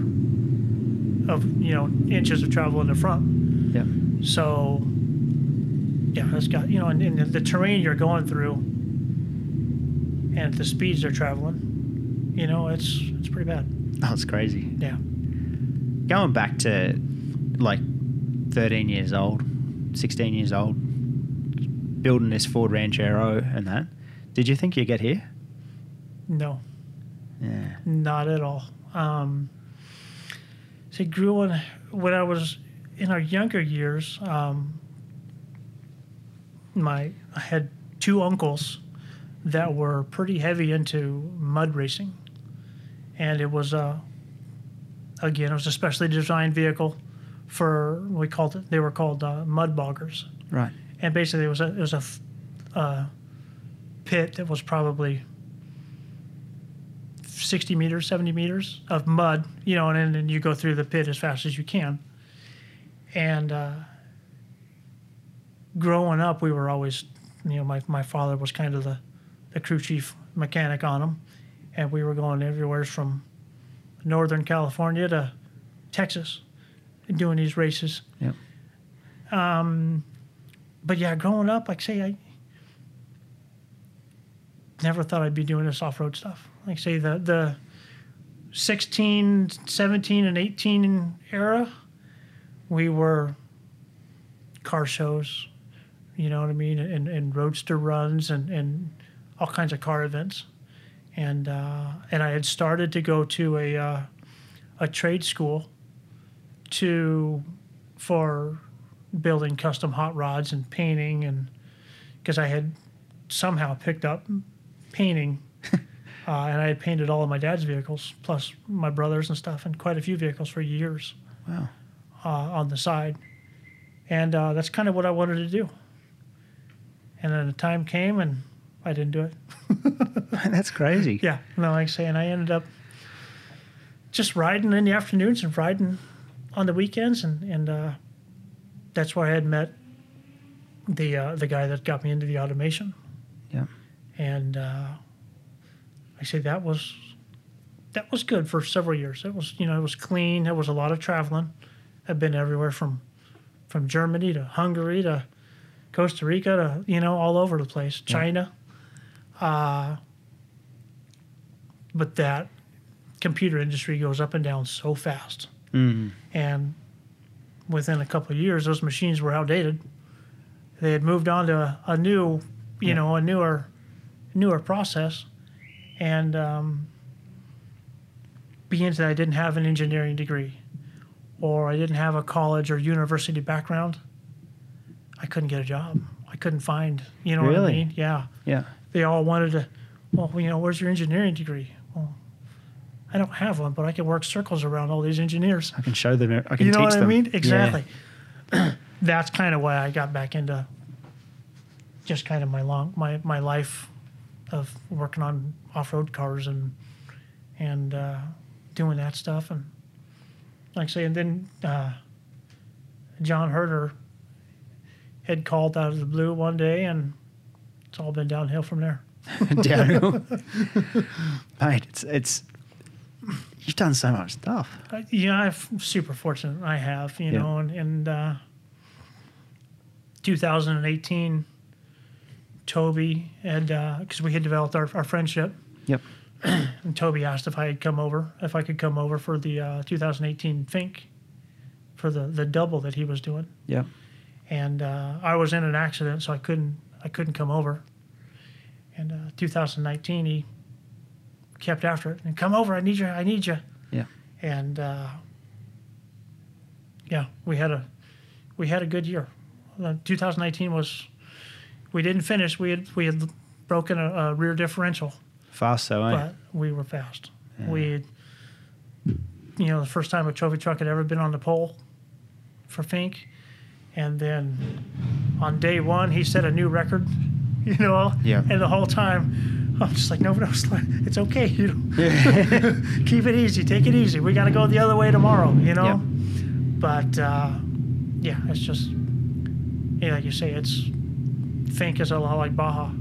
Speaker 2: of you know inches of travel in the front.
Speaker 1: Yeah.
Speaker 2: So yeah, it's got you know, and, and the terrain you're going through and the speeds they're traveling, you know, it's it's pretty bad.
Speaker 1: That's crazy.
Speaker 2: Yeah.
Speaker 1: going back to like 13 years old, 16 years old, building this Ford Ranchero and that, did you think you'd get here?
Speaker 2: No.
Speaker 1: Yeah.
Speaker 2: Not at all. Um, so it grew on when I was in our younger years. Um, my I had two uncles that were pretty heavy into mud racing, and it was a again it was a specially designed vehicle for we called it they were called uh, mud boggers,
Speaker 1: Right.
Speaker 2: and basically it was a it was a f- uh, pit that was probably 60 meters 70 meters of mud you know and then- then you go through the pit as fast as you can and uh, growing up we were always you know, my, my father was kind of the, the crew chief mechanic on them. And we were going everywhere from Northern California to Texas and doing these races.
Speaker 1: Yeah.
Speaker 2: But yeah, growing up, like say, I never thought I'd be doing this off road stuff. Like say, the, the 16, 17, and 18 era, we were car shows, you know what I mean, and, and roadster runs and, and all kinds of car events. And uh, and I had started to go to a uh, a trade school to for building custom hot rods and painting and because I had somehow picked up painting uh, and I had painted all of my dad's vehicles plus my brothers and stuff and quite a few vehicles for years
Speaker 1: Wow.
Speaker 2: uh, on the side. And uh, that's kind of what I wanted to do. And then the time came and I didn't do it.
Speaker 1: [laughs] That's crazy.
Speaker 2: Yeah, no, like I say, and I ended up just riding in the afternoons and riding on the weekends, and and uh, that's where I had met the uh, the guy that got me into the automation,
Speaker 1: Yeah.
Speaker 2: and uh, I say that was that was good for several years. It was you know it was clean. There was a lot of traveling. I've been everywhere from from Germany to Hungary to Costa Rica to you know all over the place, China. Uh, but that computer industry goes up and down so fast,
Speaker 1: Mm.
Speaker 2: and within a couple of years, those machines were outdated. They had moved on to a, a new, you know, a newer, newer process, and um, being that I didn't have an engineering degree, or I didn't have a college or university background, I couldn't get a job. I couldn't find, you know what I
Speaker 1: Really?
Speaker 2: mean? Yeah
Speaker 1: Yeah.
Speaker 2: they all wanted to, well, you know, where's your engineering degree? Well, I don't have one, but I can work circles around all these engineers.
Speaker 1: I can show them. I can
Speaker 2: You know
Speaker 1: teach
Speaker 2: what I
Speaker 1: them.
Speaker 2: mean?
Speaker 1: Yeah. [laughs]
Speaker 2: Exactly. [clears throat] That's kind of why I got back into just kind of my long my my life of working on off road cars and and uh, doing that stuff and like I say and then uh, John Herder had called out of the blue one day and it's all been downhill from there. [laughs]
Speaker 1: downhill. Mate, it's it's you've done so much stuff.
Speaker 2: Uh, yeah, I'm super fortunate. I have, you
Speaker 1: Yeah.
Speaker 2: know, and, and uh, 2018, Toby and because we had developed our, our friendship,
Speaker 1: Yep.
Speaker 2: and Toby asked if I had come over, if I could come over for the uh, 2018 Fink, for the the double that he was doing,
Speaker 1: Yep.
Speaker 2: and uh, I was in an accident, so I couldn't I couldn't come over. And uh, 2019, he kept after it and come over. I need you. I need you
Speaker 1: Yeah.
Speaker 2: and uh, yeah, we had a we had a good year. Uh, 2019 was we didn't finish. We had we had broken a, a rear differential,
Speaker 1: Fast so, eh?
Speaker 2: but we were fast. We had, you know, the first time a trophy truck had ever been on the pole for Fink, and then on day one he set a new record. [laughs] You know,
Speaker 1: Yeah.
Speaker 2: And the whole time, I'm just like, no, no, it's like- it's okay. You know, [laughs] keep it easy, take it easy. We got to go the other way tomorrow, you know.
Speaker 1: Yeah.
Speaker 2: But uh, yeah, it's just yeah, like you say, it's think is a lot like Baja.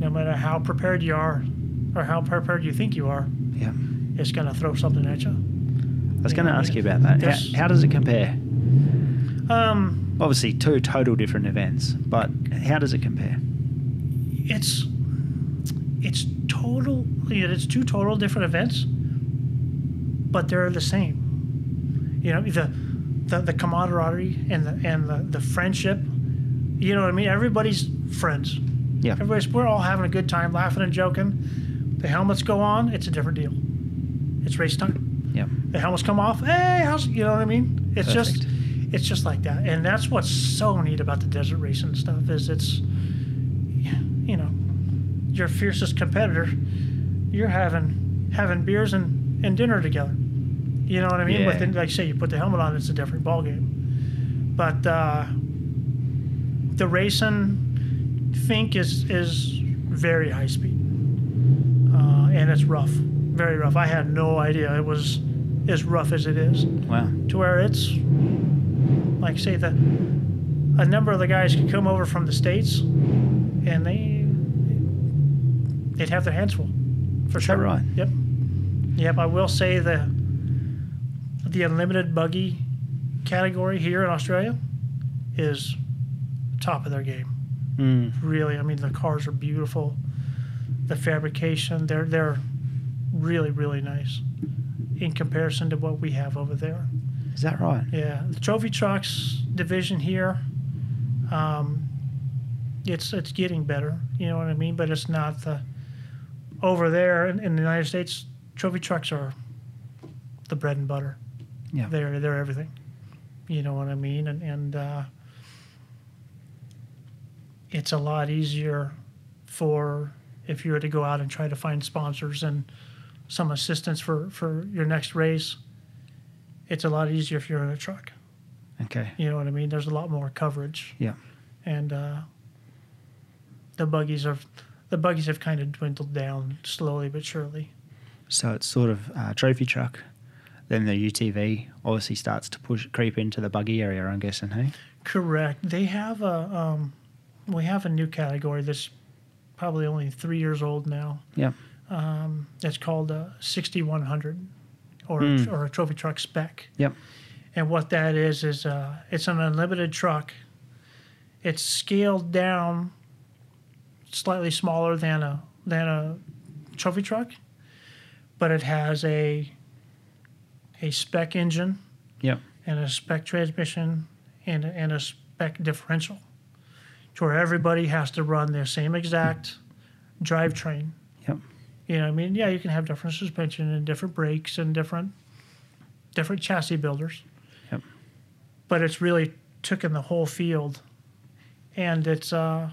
Speaker 2: No matter how prepared you are, or how prepared you think you are,
Speaker 1: yeah.
Speaker 2: it's gonna throw something at you.
Speaker 1: I was going to
Speaker 2: Yeah,
Speaker 1: ask you
Speaker 2: yeah.
Speaker 1: about that.
Speaker 2: There's-
Speaker 1: How, how does it compare?
Speaker 2: Um,
Speaker 1: Obviously, two total different events, but how does it compare?
Speaker 2: it's it's total yeah, it's two total different events but they're the same you know the the, the camaraderie and the and the, the friendship you know what i mean everybody's friends
Speaker 1: Yeah.
Speaker 2: everybody's we're all having a good time laughing and joking the helmets go on it's a different deal it's race time
Speaker 1: Yeah.
Speaker 2: the helmets come off hey how's you know what i mean it's just
Speaker 1: Perfect.
Speaker 2: it's just like that and that's what's so neat about the desert racing stuff is it's you know your fiercest competitor you're having having beers and, and dinner together you know what i mean
Speaker 1: Yeah.
Speaker 2: Within, like say you put the helmet on it's a different ballgame but uh, the racing fink is is very high speed uh, and it's rough very rough i had no idea it was as rough as it is
Speaker 1: Wow.
Speaker 2: to where it's like say the a number of the guys could come over from the states and they they'd have their hands full, for
Speaker 1: Is that
Speaker 2: sure.
Speaker 1: right?
Speaker 2: Yep. Yep. I will say the the unlimited buggy category here in Australia is top of their game.
Speaker 1: Mm.
Speaker 2: Really, I mean the cars are beautiful. The fabrication, they're they're really really nice in comparison to what we have over there.
Speaker 1: Is that right?
Speaker 2: Yeah, the trophy trucks division here, um, it's it's getting better. You know what I mean? But it's not the over there in, in the United States. Trophy trucks are the bread and butter.
Speaker 1: Yeah.
Speaker 2: They're they're everything. You know what I mean? And and uh, it's a lot easier for if you were to go out and try to find sponsors and some assistance for for your next race. It's a lot easier if you're in a truck.
Speaker 1: Okay.
Speaker 2: You know what I mean? There's a lot more coverage,
Speaker 1: Yeah.
Speaker 2: and uh, the buggies are the buggies have kind of dwindled down slowly but surely.
Speaker 1: So it's sort of uh, trophy truck. Then the UTV obviously starts to push creep into the buggy area. I'm guessing, hey?
Speaker 2: Correct. They have a um, we have a new category that's probably only three years old now.
Speaker 1: Yeah.
Speaker 2: Um, it's called a 6100 or
Speaker 1: Mm.
Speaker 2: or a trophy truck spec.
Speaker 1: Yep.
Speaker 2: And what that is is uh, it's an unlimited truck. It's scaled down, slightly smaller than a than a trophy truck, but it has a a spec engine
Speaker 1: Yep.
Speaker 2: and a spec transmission and a, and a spec differential, to where everybody has to run their same exact drivetrain.
Speaker 1: Yep.
Speaker 2: You know, what I mean, yeah, you can have different suspension and different brakes and different different chassis builders.
Speaker 1: Yep.
Speaker 2: But it's really took in the whole field, and it's uh,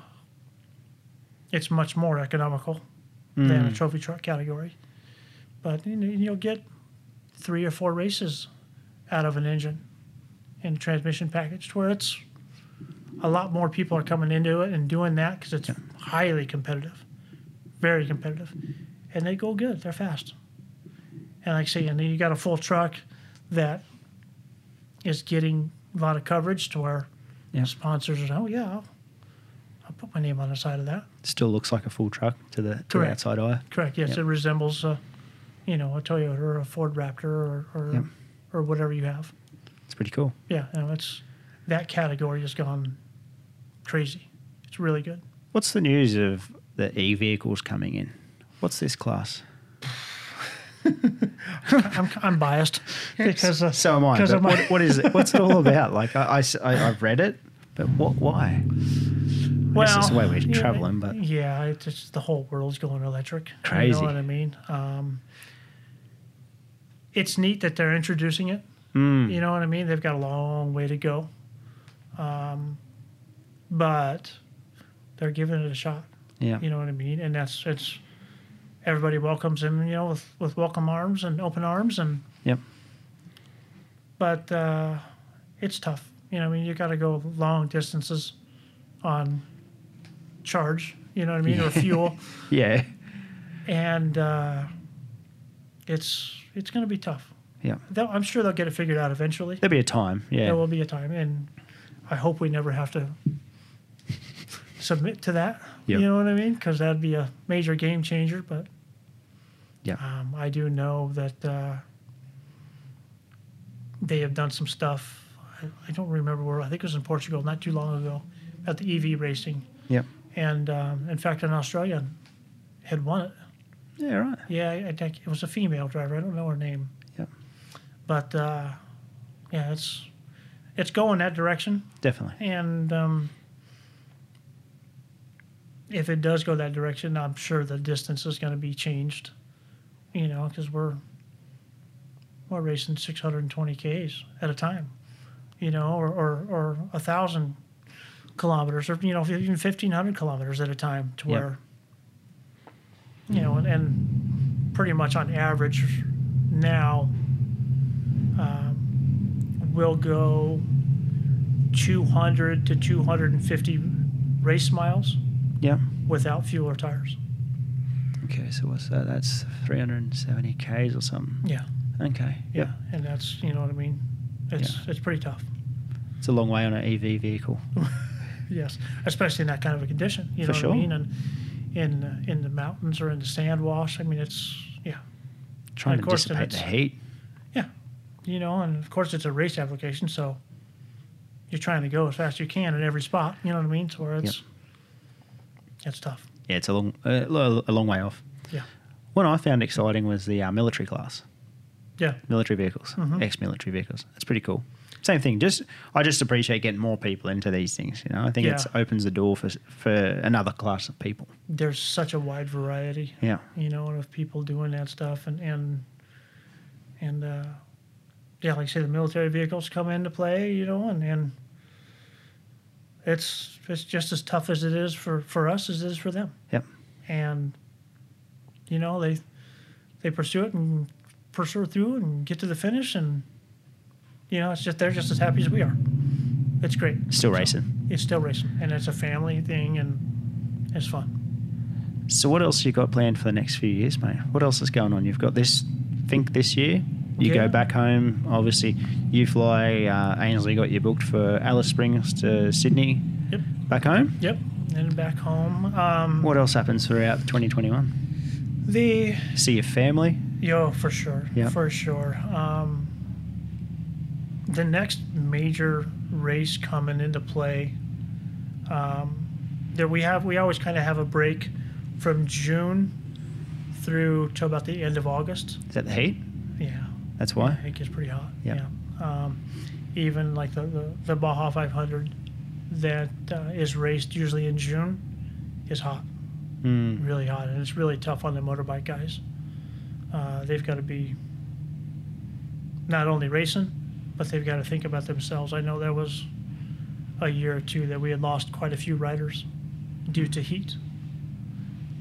Speaker 2: it's much more economical
Speaker 1: Mm.
Speaker 2: than a trophy truck category. But you know, you'll get three or four races out of an engine and transmission package, to where it's a lot more people are coming into it and doing that because it's highly competitive, very competitive, and they go good. They're fast, and like I say, and then you got a full truck that is getting a lot of coverage to where
Speaker 1: Yeah.
Speaker 2: sponsors are, oh yeah, I'll, I'll put my name on the side of that.
Speaker 1: Still looks like a full truck to the, to the
Speaker 2: Correct.
Speaker 1: outside eye.
Speaker 2: Correct. Yes,
Speaker 1: Yep.
Speaker 2: it resembles, uh, you know, a Toyota or a Ford Raptor or or,
Speaker 1: Yep.
Speaker 2: or whatever you have.
Speaker 1: It's pretty cool.
Speaker 2: Yeah, you know, it's that category has gone crazy. It's really good.
Speaker 1: What's the news of the e vehicles coming in? What's this class?
Speaker 2: I'm, I'm biased
Speaker 1: [laughs]
Speaker 2: because uh,
Speaker 1: so am I.
Speaker 2: 'cause
Speaker 1: But
Speaker 2: of my-
Speaker 1: what, what is it? What's it all about? Like I, have read it, but what? Why?
Speaker 2: well,
Speaker 1: guess that's the way we're
Speaker 2: yeah,
Speaker 1: traveling, but-
Speaker 2: yeah, it's just the whole world's going electric. You
Speaker 1: Crazy.
Speaker 2: know what I mean? Um, it's neat that they're introducing it.
Speaker 1: Mm.
Speaker 2: You know what I mean? They've got a long way to go, um, but they're giving it a shot.
Speaker 1: Yeah.
Speaker 2: You know what I mean? And that's it's everybody welcomes him, you know, with, with welcome arms and open arms and
Speaker 1: Yep.
Speaker 2: but uh, it's tough. You know, I mean you gotta go long distances on charge, you know what I mean, or fuel.
Speaker 1: Yeah.
Speaker 2: And uh, it's it's gonna be tough.
Speaker 1: Yeah.
Speaker 2: They'll, I'm sure they'll get it figured out eventually.
Speaker 1: There'll be a time. Yeah.
Speaker 2: There will be a time and I hope we never have to submit to that.
Speaker 1: Yep.
Speaker 2: You know what I mean? Because that'd be a major game changer, but
Speaker 1: yeah.
Speaker 2: Um, I do know that uh, they have done some stuff. I, I don't remember where. I think it was in Portugal not too long ago about the EV racing.
Speaker 1: Yep.
Speaker 2: And um, in fact, an Australian had won it.
Speaker 1: Yeah. Right.
Speaker 2: Yeah, I I think it was a female driver. I don't know her name.
Speaker 1: Yep.
Speaker 2: But uh, yeah, it's it's going that direction.
Speaker 1: Definitely.
Speaker 2: And um, if it does go that direction, I'm sure the distance is going to be changed. You know, because we're we're racing 620 k's at a time. You know, or or, or a thousand kilometers, or you know, even 1500 kilometers at a time, to
Speaker 1: Yeah.
Speaker 2: where you know, and, and pretty much on average now. Um, we'll go 200 to 250 race miles
Speaker 1: Yeah.
Speaker 2: without fuel or tires.
Speaker 1: Okay. So what's that? That's 370 k's or something.
Speaker 2: Yeah,
Speaker 1: Okay.
Speaker 2: yeah, and that's you know what I mean. It's it's pretty tough.
Speaker 1: It's a long way on an EV E vehicle.
Speaker 2: [laughs] yes, especially in that kind of a condition. You
Speaker 1: For
Speaker 2: know
Speaker 1: sure.
Speaker 2: what I mean? And in uh, in the mountains or in the sand wash. I mean, it's yeah,
Speaker 1: Trying
Speaker 2: Of
Speaker 1: to
Speaker 2: course, and
Speaker 1: dissipate the
Speaker 2: it's-
Speaker 1: heat.
Speaker 2: yeah, you know. And of course, it's a race application, so you're trying to go as fast as you can at every spot. You know what I mean? So it's it's tough.
Speaker 1: Yeah, it's a long, uh, lo- a long way off.
Speaker 2: Yeah,
Speaker 1: What I found exciting was the uh, military class,
Speaker 2: yeah,
Speaker 1: military vehicles,
Speaker 2: Mm-hmm.
Speaker 1: ex-military vehicles. That's pretty cool. Same thing. Just I just appreciate getting more people into these things. You know, I think it's it
Speaker 2: Yeah.
Speaker 1: opens the door for s- for another class of people.
Speaker 2: there's such a wide variety.
Speaker 1: Yeah,
Speaker 2: you know, and of people doing that stuff and and and uh, yeah, like I say, the military vehicles come into play, you know, and and it's it's just as tough as it is for for us as it is for them,
Speaker 1: yep,
Speaker 2: and you know they they pursue it and pursue through and get to the finish, and you know it's just they're just as happy as we are. It's great.
Speaker 1: still
Speaker 2: So,
Speaker 1: racing.
Speaker 2: It's still racing, and it's a family thing, and it's fun.
Speaker 1: So what else you got planned for the next few years, mate? What else is going on? You've got this think this year. You
Speaker 2: Yeah.
Speaker 1: go back home. Obviously, you fly. Uh, Ainsley got you booked for Alice Springs to Sydney.
Speaker 2: Yep.
Speaker 1: Back home.
Speaker 2: Yep. And back home. Um,
Speaker 1: What else happens throughout 2021?
Speaker 2: The
Speaker 1: See your family.
Speaker 2: yo for sure,
Speaker 1: Yeah.
Speaker 2: for sure. Um, the next major race coming into play. Um, there we have we always kind of have a break from June through to about the end of August.
Speaker 1: Is that the heat?
Speaker 2: Yeah,
Speaker 1: That's why.
Speaker 2: it gets pretty hot.
Speaker 1: Yeah.
Speaker 2: Yeah. Um, even like the, the the Baja 500 that uh, is raced usually in June is hot.
Speaker 1: Mm.
Speaker 2: really hot, and it's really tough on the motorbike guys. Uh, they've got to be not only racing, but they've got to think about themselves. I know there was a year or two that we had lost quite a few riders due to heat,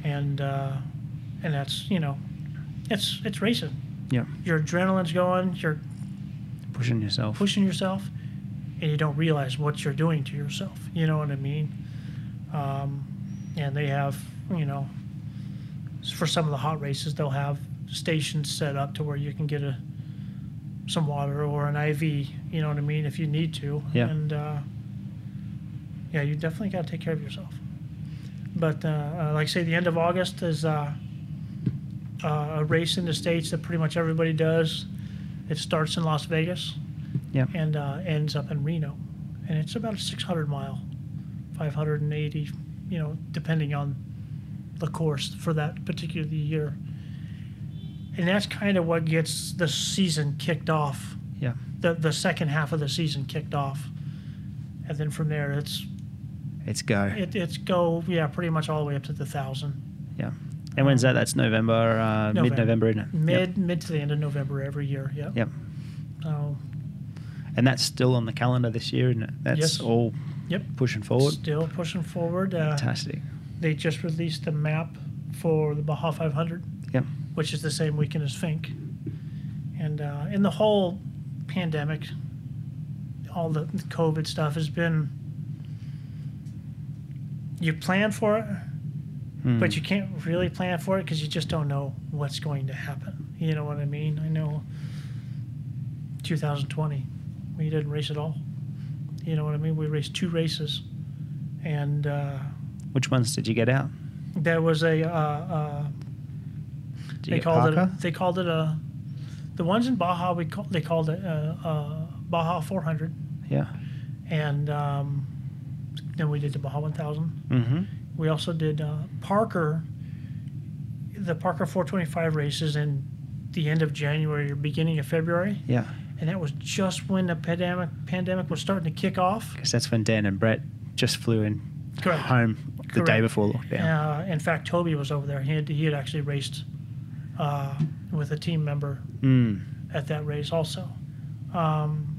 Speaker 2: and uh, and that's you know, it's it's racing.
Speaker 1: Yeah,
Speaker 2: Your adrenaline's going, you're
Speaker 1: pushing yourself.
Speaker 2: pushing yourself, and you don't realize what you're doing to yourself. You know what I mean? Um, and they have, you know, for some of the hot races, they'll have stations set up to where you can get a some water or an IV. You know what I mean? If you need to.
Speaker 1: Yeah.
Speaker 2: And uh, yeah, you definitely got to take care of yourself. But uh, uh, like I say, the end of August is. Uh, uh, a race in the states that pretty much everybody does. It starts in Las Vegas
Speaker 1: Yeah,
Speaker 2: and uh, ends up in Reno, and it's about a 600 mile, 580, you know, depending on the course for that particular year. And that's kind of what gets the season kicked off,
Speaker 1: yeah.
Speaker 2: the the second half of the season kicked off, and then from there it's
Speaker 1: It's go.
Speaker 2: it, it's go yeah pretty much all the way up to the thousand,
Speaker 1: yeah. And when's that? That's November, uh,
Speaker 2: November.
Speaker 1: mid-November, isn't it?
Speaker 2: mid
Speaker 1: Yep.
Speaker 2: mid to the end of November every year. Yeah.
Speaker 1: Yep.
Speaker 2: So
Speaker 1: And that's still on the calendar this year, isn't it? That's
Speaker 2: Yes.
Speaker 1: all
Speaker 2: yep.
Speaker 1: pushing forward.
Speaker 2: Still pushing forward. Uh,
Speaker 1: Fantastic.
Speaker 2: they just released a map for the Baja 500,
Speaker 1: Yep.
Speaker 2: which is the same weekend as Fink. And uh, in the whole pandemic, all the COVID stuff has been you plan for it,
Speaker 1: Mm.
Speaker 2: but you can't really plan for it because you just don't know what's going to happen. You know what I mean? I know 2020, we didn't race at all. You know what I mean? We raced two races, and uh,
Speaker 1: Which ones did you get out?
Speaker 2: there was a uh, uh,
Speaker 1: Did you
Speaker 2: they
Speaker 1: get
Speaker 2: called
Speaker 1: Parker?
Speaker 2: it. They called it a. The ones in Baja, we call, they called it uh, uh, Baja 400,
Speaker 1: Yeah.
Speaker 2: and um, then we did the Baja 1000.
Speaker 1: Mm-hmm.
Speaker 2: We also did uh, Parker, the Parker 425 races in the end of January or beginning of February,
Speaker 1: Yeah.
Speaker 2: and that was just when the pandemic pandemic was starting to kick off.
Speaker 1: Because that's when Dan and Brett just flew in
Speaker 2: Correct.
Speaker 1: home the day
Speaker 2: Correct.
Speaker 1: before lockdown.
Speaker 2: Uh, in fact, Toby was over there. He had, he had actually raced uh, with a team member
Speaker 1: Mm.
Speaker 2: at that race also. Um,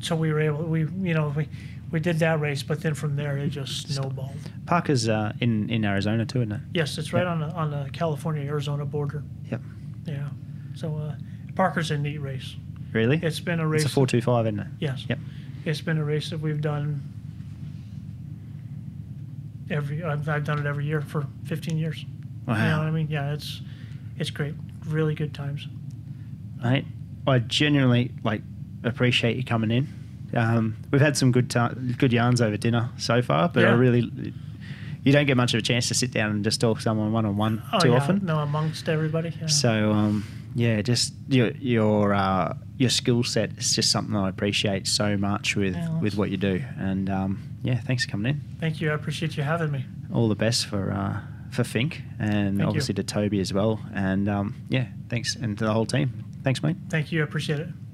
Speaker 2: so we were able, we you know we we did that race, but then from there it just snowballed.
Speaker 1: Parker's uh, in in Arizona too, isn't it?
Speaker 2: Yes, it's right
Speaker 1: Yeah.
Speaker 2: on the on the California Arizona border.
Speaker 1: Yep.
Speaker 2: Yeah. So uh, Parker's a neat race.
Speaker 1: Really?
Speaker 2: It's been a
Speaker 1: It's
Speaker 2: race.
Speaker 1: a four two five, isn't it?
Speaker 2: yes.
Speaker 1: Yep.
Speaker 2: It's been a race that we've done every. I've, I've done it every year for 15 years. You know what I
Speaker 1: Wow.
Speaker 2: mean? Yeah, it's it's great. Really good times.
Speaker 1: Mate, I genuinely like appreciate you coming in. Um, we've had some good ta- good yarns over dinner so far, but I
Speaker 2: Yeah.
Speaker 1: really you don't get much of a chance to sit down and just talk to someone one on one
Speaker 2: Oh,
Speaker 1: too
Speaker 2: yeah,
Speaker 1: often.
Speaker 2: No, amongst everybody. Yeah.
Speaker 1: So um, yeah, just your your uh, your skill set is just something I appreciate so much with
Speaker 2: Yeah,
Speaker 1: with what you do. And um, yeah, thanks for coming in.
Speaker 2: Thank you. I appreciate you having me.
Speaker 1: All the best for uh, for Fink and
Speaker 2: Thank you.
Speaker 1: obviously to Toby as well. And um, yeah, thanks and to the whole team. Thanks, mate.
Speaker 2: Thank you. I appreciate it.